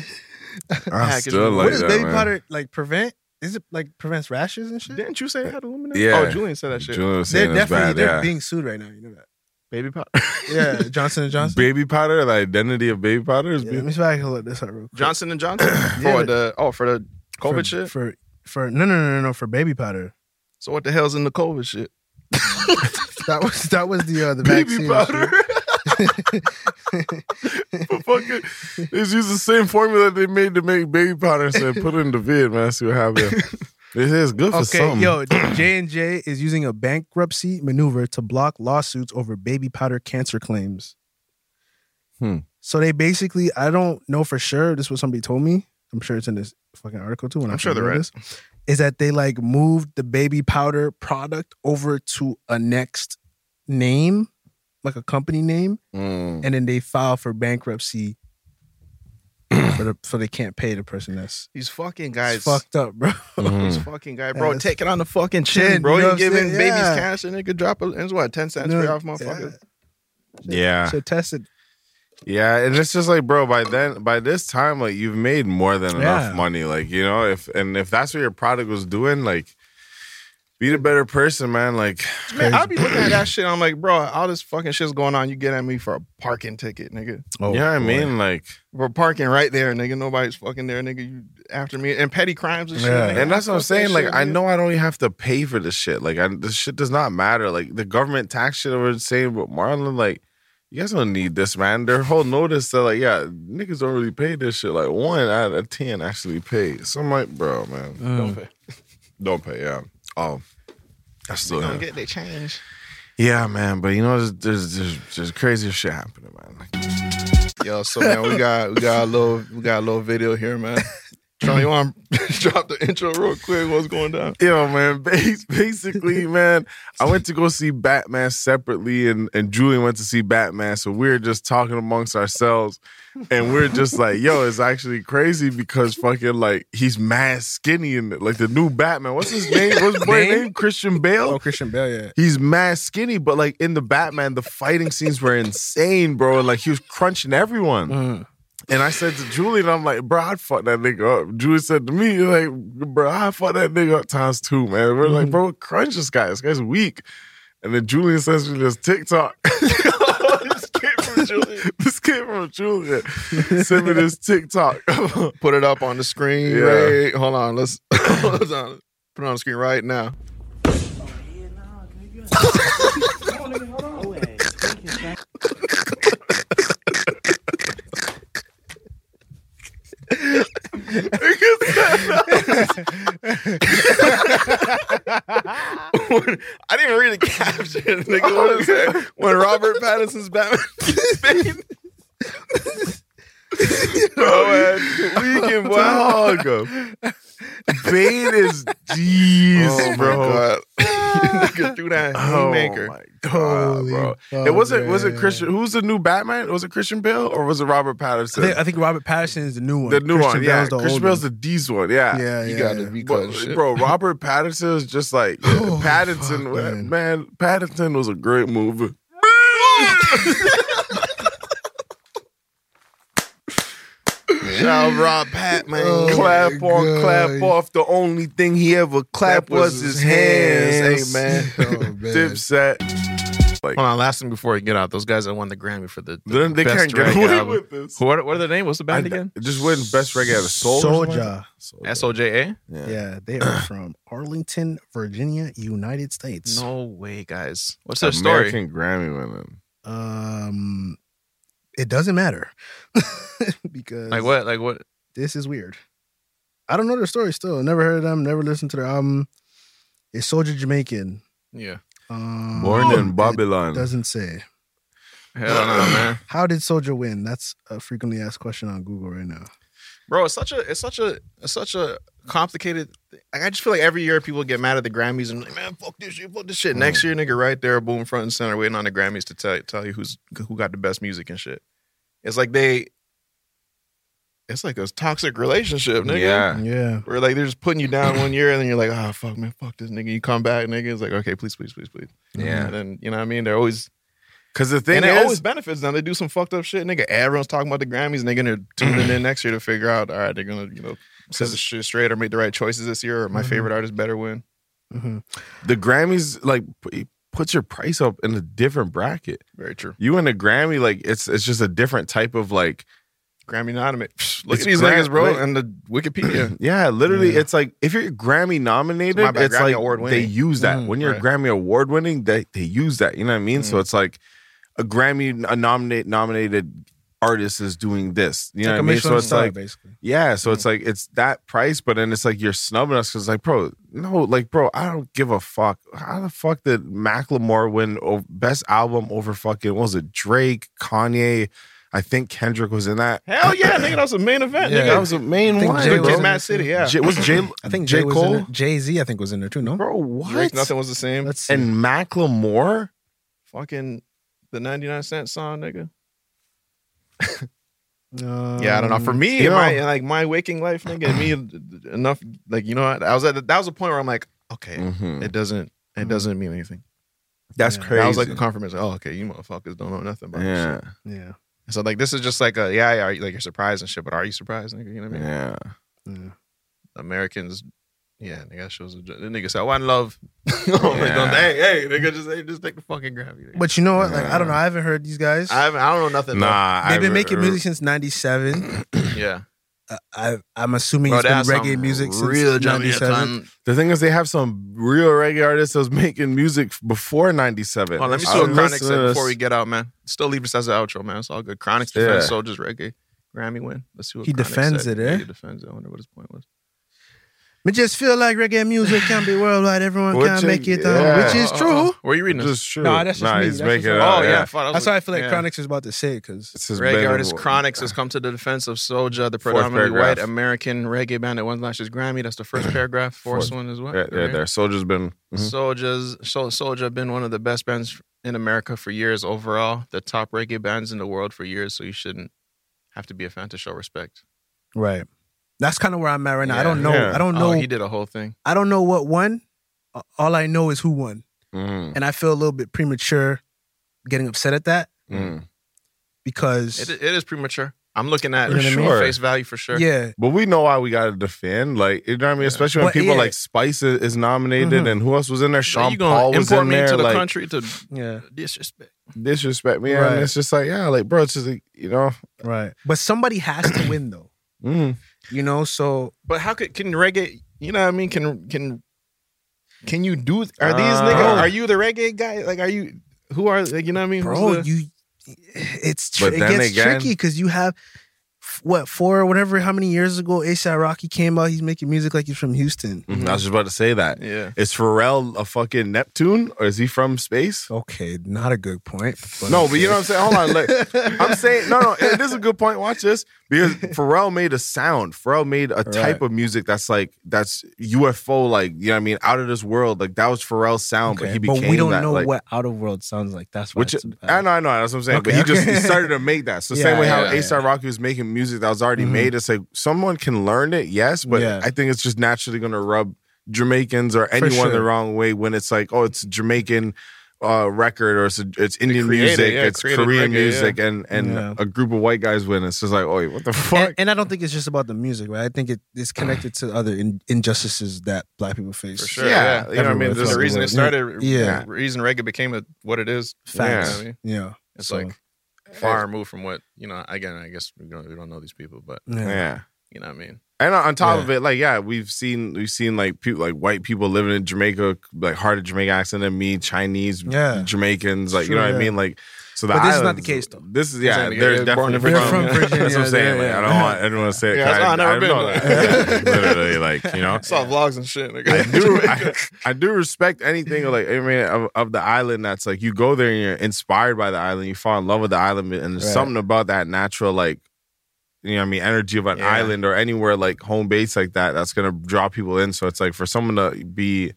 I Package still one. like what does that, baby man. powder like prevent? Is it like prevents rashes and shit? Didn't you say I had aluminum? Yeah. Oh, Julian said that shit. Julian was They're saying it's definitely bad. they're yeah. being sued right now. You know that. Baby powder. Yeah, Johnson and Johnson. Baby powder, the identity of baby powder is Yeah, let being me see if I can look this up real quick. Johnson and Johnson Yeah. for the oh for the COVID for, shit. for for no no no no no for baby powder. so what the hell's in the COVID shit? That was that was the uh, the baby vaccine. powder. But fucking, they just used the same formula they made to make baby powder and said, put it in the vid, man. See what happens. It is good for Okay, some. yo, J and J is using a bankruptcy maneuver to block lawsuits over baby powder cancer claims. Hmm. So they basically, I don't know for sure. This is what somebody told me. I'm sure it's in this fucking article too. And I'm sure they're read right. This, is that they like moved the baby powder product over to a next name, like a company name, Mm. and then they file for bankruptcy. for the, so they can't pay the person that's These fucking it's guys. fucked up, bro. Mm. This fucking guy, bro, Yes. take it on the fucking chin, Chin, bro. you You, know what I'm giving saying? babies Yeah. cash and nigga drop it. It's what ten cents No, free off, yeah. motherfucker. Yeah. So tested Yeah, and it's just like, bro, by then by this time, like you've made more than enough Yeah. money. Like, you know, if and if that's what your product was doing, like Be the better person, man. Like, Man, I'd be looking at that shit. I'm like, bro, all this fucking shit's going on. You get at me for a parking ticket, nigga. Oh, you know what I mean? Like, We're parking right there, nigga. Nobody's fucking there, nigga. You after me and petty crimes and shit. Yeah. nigga. and that's what I'm Fuck that saying. Like, shit, I nigga. know I don't even have to pay for this shit. Like, I, this shit does not matter. Like, the government tax shit over saying with Marlon, like, you guys don't need this, man. Their whole notice that, like, yeah, niggas don't really pay this shit. Like, one out of ten actually pay. So I'm like, bro, man, don't pay. Don't pay, yeah. Oh, that's still Don't him. get they change. Yeah, man. But you know, there's there's there's, there's crazier shit happening, man. Like, Yo, so man, we got we got a little we got a little video here, man. Sean, you want to drop the intro real quick? What's going down? Yo, man, bas- basically, man, I went to go see Batman separately, and, and Julian went to see Batman. So we were just talking amongst ourselves, and we are just like, yo, it's actually crazy because fucking, like, he's mad skinny in it. Like, the new Batman, what's his name? What's his boy Name? name? Christian Bale? Oh, Christian Bale, yeah. He's mad skinny, but like in the Batman, the fighting scenes were insane, bro. Like he was crunching everyone. Uh-huh. And I said to Julian, I'm like, bro, I'd fuck that nigga up. Julian said to me, like, bro, I'd fuck that nigga up times two, man. We're Mm-hmm. like, bro, crunch this guy. This guy's weak. And then Julian sends me this TikTok. Oh, this kid from Julian. This kid from Julian sent me this TikTok. Put it up on the screen. Yeah. Right? Hold on, let's hold on. Put it on the screen right now. I didn't read the caption, nigga. What is that? When Robert Pattinson's Batman Bane. bro, man. We can wow. Oh, Bane is jeez, Oh, bro. Oh, nigga threw that Oh, haymaker. my god, bro! it wasn't was it Christian? Who's the new Batman? Was it Christian Bale or was it Robert I Patterson? think, I think Robert Patterson is the new one. the new Christian one, yeah. Bale's the Christian old Bale's one. the D's one, yeah. yeah, You yeah. got to yeah. be But, cutting shit. bro, Robert Patterson is just like Oh, Pattinson. fuck, man. man. Pattinson was a great movie. Shout out Rob Pat, man. Oh, clap my on, clap God. off. The only thing he ever clapped was, his hands. Hey man, Oh, man. Dipset. Hold on, last thing before you get out. Those guys that won the Grammy for the, the Then they best can't get reggae away album. with this. What, what are their name? What's the band I- again? Just win best reggae out of soul. or something like Soulja. that? S O J A. Yeah. Yeah, they are from Arlington, Virginia, United States. No way, guys. What's their story? American Grammy winning. Um, it doesn't matter because Like what? Like what? this is weird. I don't know their story still. Never heard of them. Never listened to their album. It's Soldier Jamaican. Yeah. Oh, Um, Born in it Babylon. Doesn't say. Hell no, man. How did Soldier win? That's a frequently asked question on Google right now. Bro, it's such a it's such a it's such a complicated. Thing. Like, I just feel like every year people get mad at the Grammys and like, man, fuck this shit, fuck this shit. Mm. Next year, nigga, right there, boom, front and center, waiting on the Grammys to tell tell you who's who got the best music and shit. It's like they, it's like a toxic relationship, nigga. Yeah. Yeah. Where like they're just putting you down one year and then you're like, ah, fuck man, fuck this nigga. You come back, nigga. It's like, okay, please, please, please, please. Yeah. And then you know what I mean? They're always Because the thing and it is, always benefits them. They do some fucked up shit, nigga. Everyone's talking about the Grammys, nigga, and they're tuning in next year to figure out, all right, they're gonna, you know, set the shit straight or make the right choices this year, or Mm-hmm. my favorite artist better win. hmm the Grammys like p- puts your price up in a different bracket. Very true. You and the Grammy, like it's it's just a different type of like Grammy nominate. Psh, Look It's at these gra- niggas, bro, like- and the Wikipedia. yeah, literally, Yeah. it's like if you're Grammy nominated, My bad, it's Grammy like award they winning. use that Mhm. when you're Right. Mm-hmm. Grammy award winning. They they use that. You know what I mean? So it's like a Grammy a nominate nominated artist is doing this. You know what I mean? So it's like basically. Yeah, so Mm. it's like it's that price, but then it's like you're snubbing us because like, bro, no, like, bro, I don't give a fuck. How the fuck did Macklemore win o- best album over fucking what was it Drake, Kanye? I think Kendrick was in that. Hell yeah, nigga, that was a main event, Yeah. nigga. That was the main I think one. J. Took Lo it was to in Mad it. City, yeah. J- was J. I think J. Jay Cole, Jay Z, I think was in there too. No, bro, what? Drake, nothing was the same. let's see. and Macklemore, Fucking the 99 Cent song, nigga. Um, Yeah, I don't know. For me, You my know- like my waking life, nigga, me enough. Like you know, what? I was at the, that was a point where I'm like, okay, Mhm. it doesn't, it doesn't mean anything. that's Yeah. crazy. Mm-hmm. That was like a confirmation. Oh, okay, you motherfuckers don't know nothing about this yeah, shit. yeah, So like, this is just like a yeah, yeah, like you're surprised and shit. But are you surprised, nigga? You know what I mean? yeah. yeah. Americans Yeah, nigga, shows the nigga said, "Oh, I love." I'm like, don't- hey, hey, nigga, just hey, just take the fucking gravity. But you know what? Like I don't know. I haven't heard these guys. I haven't, I don't know nothing. though. Nah, They've I been re- making re- music since '97. yeah, I, I'm assuming Bro, it's been that's some reggae music real since '97. Jamaican. The thing is, they have some real reggae artists that was making music before '97. Oh, let me see what Chronic said before we get out, man. Still leave us as an outro, man. It's all good. Chronic's defense Yeah. soldiers reggae Grammy win. Let's see what He Chronix defends said. it, eh? He defends it. I wonder what his point was. But just feel like reggae music can be worldwide. Everyone Which can is- make it, um, yeah. which is Oh, true. oh, oh. Were you reading this? Just true. Nah, that's just nah, me. he's That's making just it me. out. oh yeah, yeah. I thought I was- That's what I feel like yeah. Chronix was about to say because This has Reggae been- artist Chronix has come to the defense of Soulja, the predominantly paragraph. white American reggae band that won last year's Grammy. That's the first paragraph. Fourth, Fourth. one as well. Yeah, Mm-hmm. yeah, there. Soldier's been. mhm. Soldiers, Sol- Soldier been one of the best bands in America for years overall. The top reggae bands in the world for years. So you shouldn't have to be a fan to show respect. right. That's kind of where I'm at right now. I Yeah. don't know. Yeah. I don't know. Oh, he did a whole thing. I don't know what won. A- All I know is who won, Mhm. and I feel a little bit premature getting upset at that Mhm. because It, it is premature. I'm looking at You know what I mean? sure. face value for sure. yeah, But we know why we gotta defend, like you know what I mean. Especially when But people yeah. like Spice is, is nominated, Mhm. and who else was in there? So Sean you going Paul to was import in me there. into the like country to yeah, disrespect? disrespect me, Right. and it's just like yeah, like bro, it's just like, you know. right. But somebody has to win though, Mm. you know. So But how could can reggae? You know what I mean? Can can can you do? Are these Uh, niggas? bro. Are you the reggae guy? Like, are you? Who are? Like, you know what I mean? Who's bro, the- you it's tr- But it then gets again- tricky because you have f- what four or whatever how many years ago ASAP Rocky came out. He's making music like he's from Houston. I was just about to say that. yeah. Is Pharrell a fucking Neptune, or is he from space? Okay, not a good point. No, but you know what I'm saying. Hold on, like I'm saying, no, no, it is a good point. Watch this because Pharrell made a sound. Pharrell made a type of music that's like that's UFO, like you know what I mean, out of this world. Like that was Pharrell's sound, but he became we don't that, know like, what out of world sounds like. That's why Which it's bad. I know, I know, that's what I'm saying. Okay, but he just he okay. started to make that. So Yeah, same way how uh, yeah, Mm-hmm. ASAP Rocky was making music that was already Mhm. made. It's like someone can learn it, yes, but Yeah. I think it's just naturally gonna rub Jamaicans or anyone the sure. wrong way when it's like, oh, it's Jamaican uh, record or it's, it's Indian created, music, yeah, it's created Korean reggae, music, and and Yeah. a group of white guys win. It's just like, oh, what the fuck? and, and I don't think it's just about the music, right? I think it is connected to other in, injustices that black people face. For sure. yeah, yeah. you know what I mean. Everywhere, Just the everywhere. reason it started. Yeah. Yeah, reason reggae became a, what it is. Facts. You know what I mean? Yeah. It's So- like far removed from what you know. Again, I guess we don't, we don't know these people, but Yeah. yeah. you know what I mean. And on on top Yeah. of it, like yeah, we've seen we've seen like people like white people living in Jamaica, like hard of Jamaican accent, and me Chinese, Yeah. Jamaicans, like True, you know yeah. what I mean, like. So the But this is not islands- the case, though. This is yeah, Exactly. they're They're born definitely in from, Virginia. They're from That's what Virginia, I'm saying. Like, yeah, I don't want anyone to say it. Yeah, that's 'cause why I've I, never I know been that. Literally, like you know, Saw vlogs and shit. Nigga. I do. I, I do respect anything like I mean of, of the island. That's like you go there and you're inspired by the island. You fall in love with the island, and there's Right. something about that natural like you know what I mean energy of an Yeah. island or anywhere like home base like that. That's gonna draw people in. So it's like for someone to be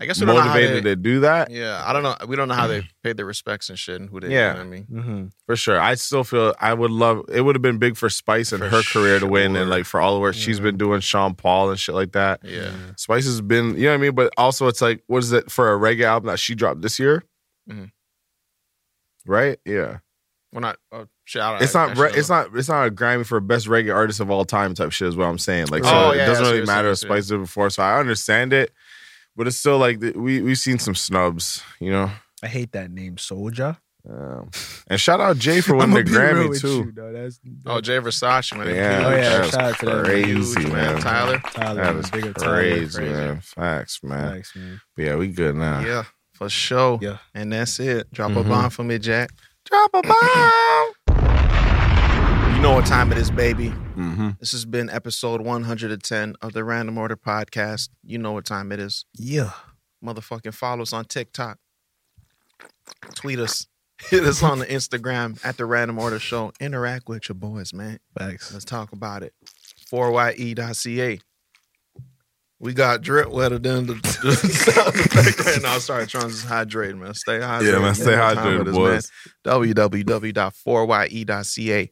I guess we don't know how motivated they- to do that Yeah, I don't know. We don't know how they paid their respects and shit, and who they. Yeah. You know what I mean, Mm-hmm. for sure. I still feel I would love it. Would have been big for Spice and For her career to win, sure. Mm-hmm. and like for all the work she's been doing, Sean Paul and shit like that. yeah. Spice has been, you know what I mean? But also, it's like, what is it for a reggae album that she dropped this year? Mhm. Right? Yeah. We're not. Oh, shit, I don't- It's I- I not. Re- should it's not. It's not a Grammy for best reggae artist of all time type shit. Is what I'm saying. Like, so Oh, yeah, it yeah, doesn't I see really what matter you're if saying, Spice did it before. So I understand it, but it's still like the, we we've seen some snubs, you know. I hate that name, Soldier. Um, and shout out Jay for winning the Grammy too. that's, Oh, Jay Versace, man. Yeah, Oh, yeah, that shout out was to that man. crazy, Huge, man. man. Tyler. Tyler, That man, was big up crazy, Tyler. man. Facts, man. Thanks, man. But yeah, we good now. Yeah, for sure. Yeah. And that's it. Drop a Mhm. Mm-hmm. bomb for me, Jack. Drop a bomb. You know what time it is, baby. mm-hmm. This has been episode 110 of the Random Order Podcast. You know what time it is. Yeah. Motherfucking follow us on TikTok. Tweet us. Hit us on the Instagram at the Random Order Show. Interact with your boys, man. Thanks. Let's talk about it. E 4ye.ca. We got drip wetter than the, the sound effect right now. Sorry, Trons is hydrated, man. Stay hydrated. Yeah, man, stay You know what time hydrated, it is, boys. man. E www.4ye.ca.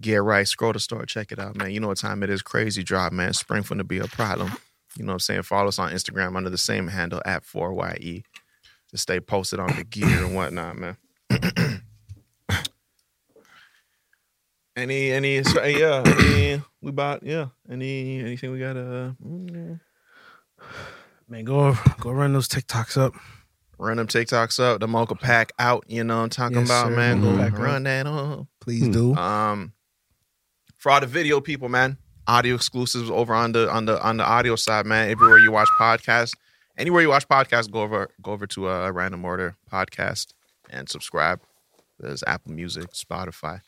Get right. Scroll the store. Check it out, man. You know what time it is. Crazy drop, man. Spring finna be a problem. You know what I'm saying? Follow us on Instagram under the same handle at 4ye to stay posted on the gear and whatnot, man. Any, any, so, yeah, any, we bought, yeah, any, anything we got, uh, mm, Man, go go run those TikToks up. Run them TikToks up. The Mocha Pack out. You know what I'm talking Yes, about, sir. man. Go Mhm. Pack run that up. Please Hmm. do. Um, for all the video people, man, audio exclusives over on the on the on the audio side, man. Everywhere you watch podcasts, anywhere you watch podcasts, go over go over to a uh, Random Order podcast and subscribe. There's Apple Music, Spotify.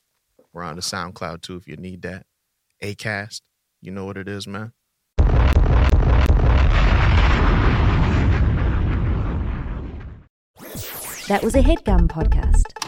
We're on the SoundCloud too if you need that. Acast, you know what it is, man. That was a headgum podcast.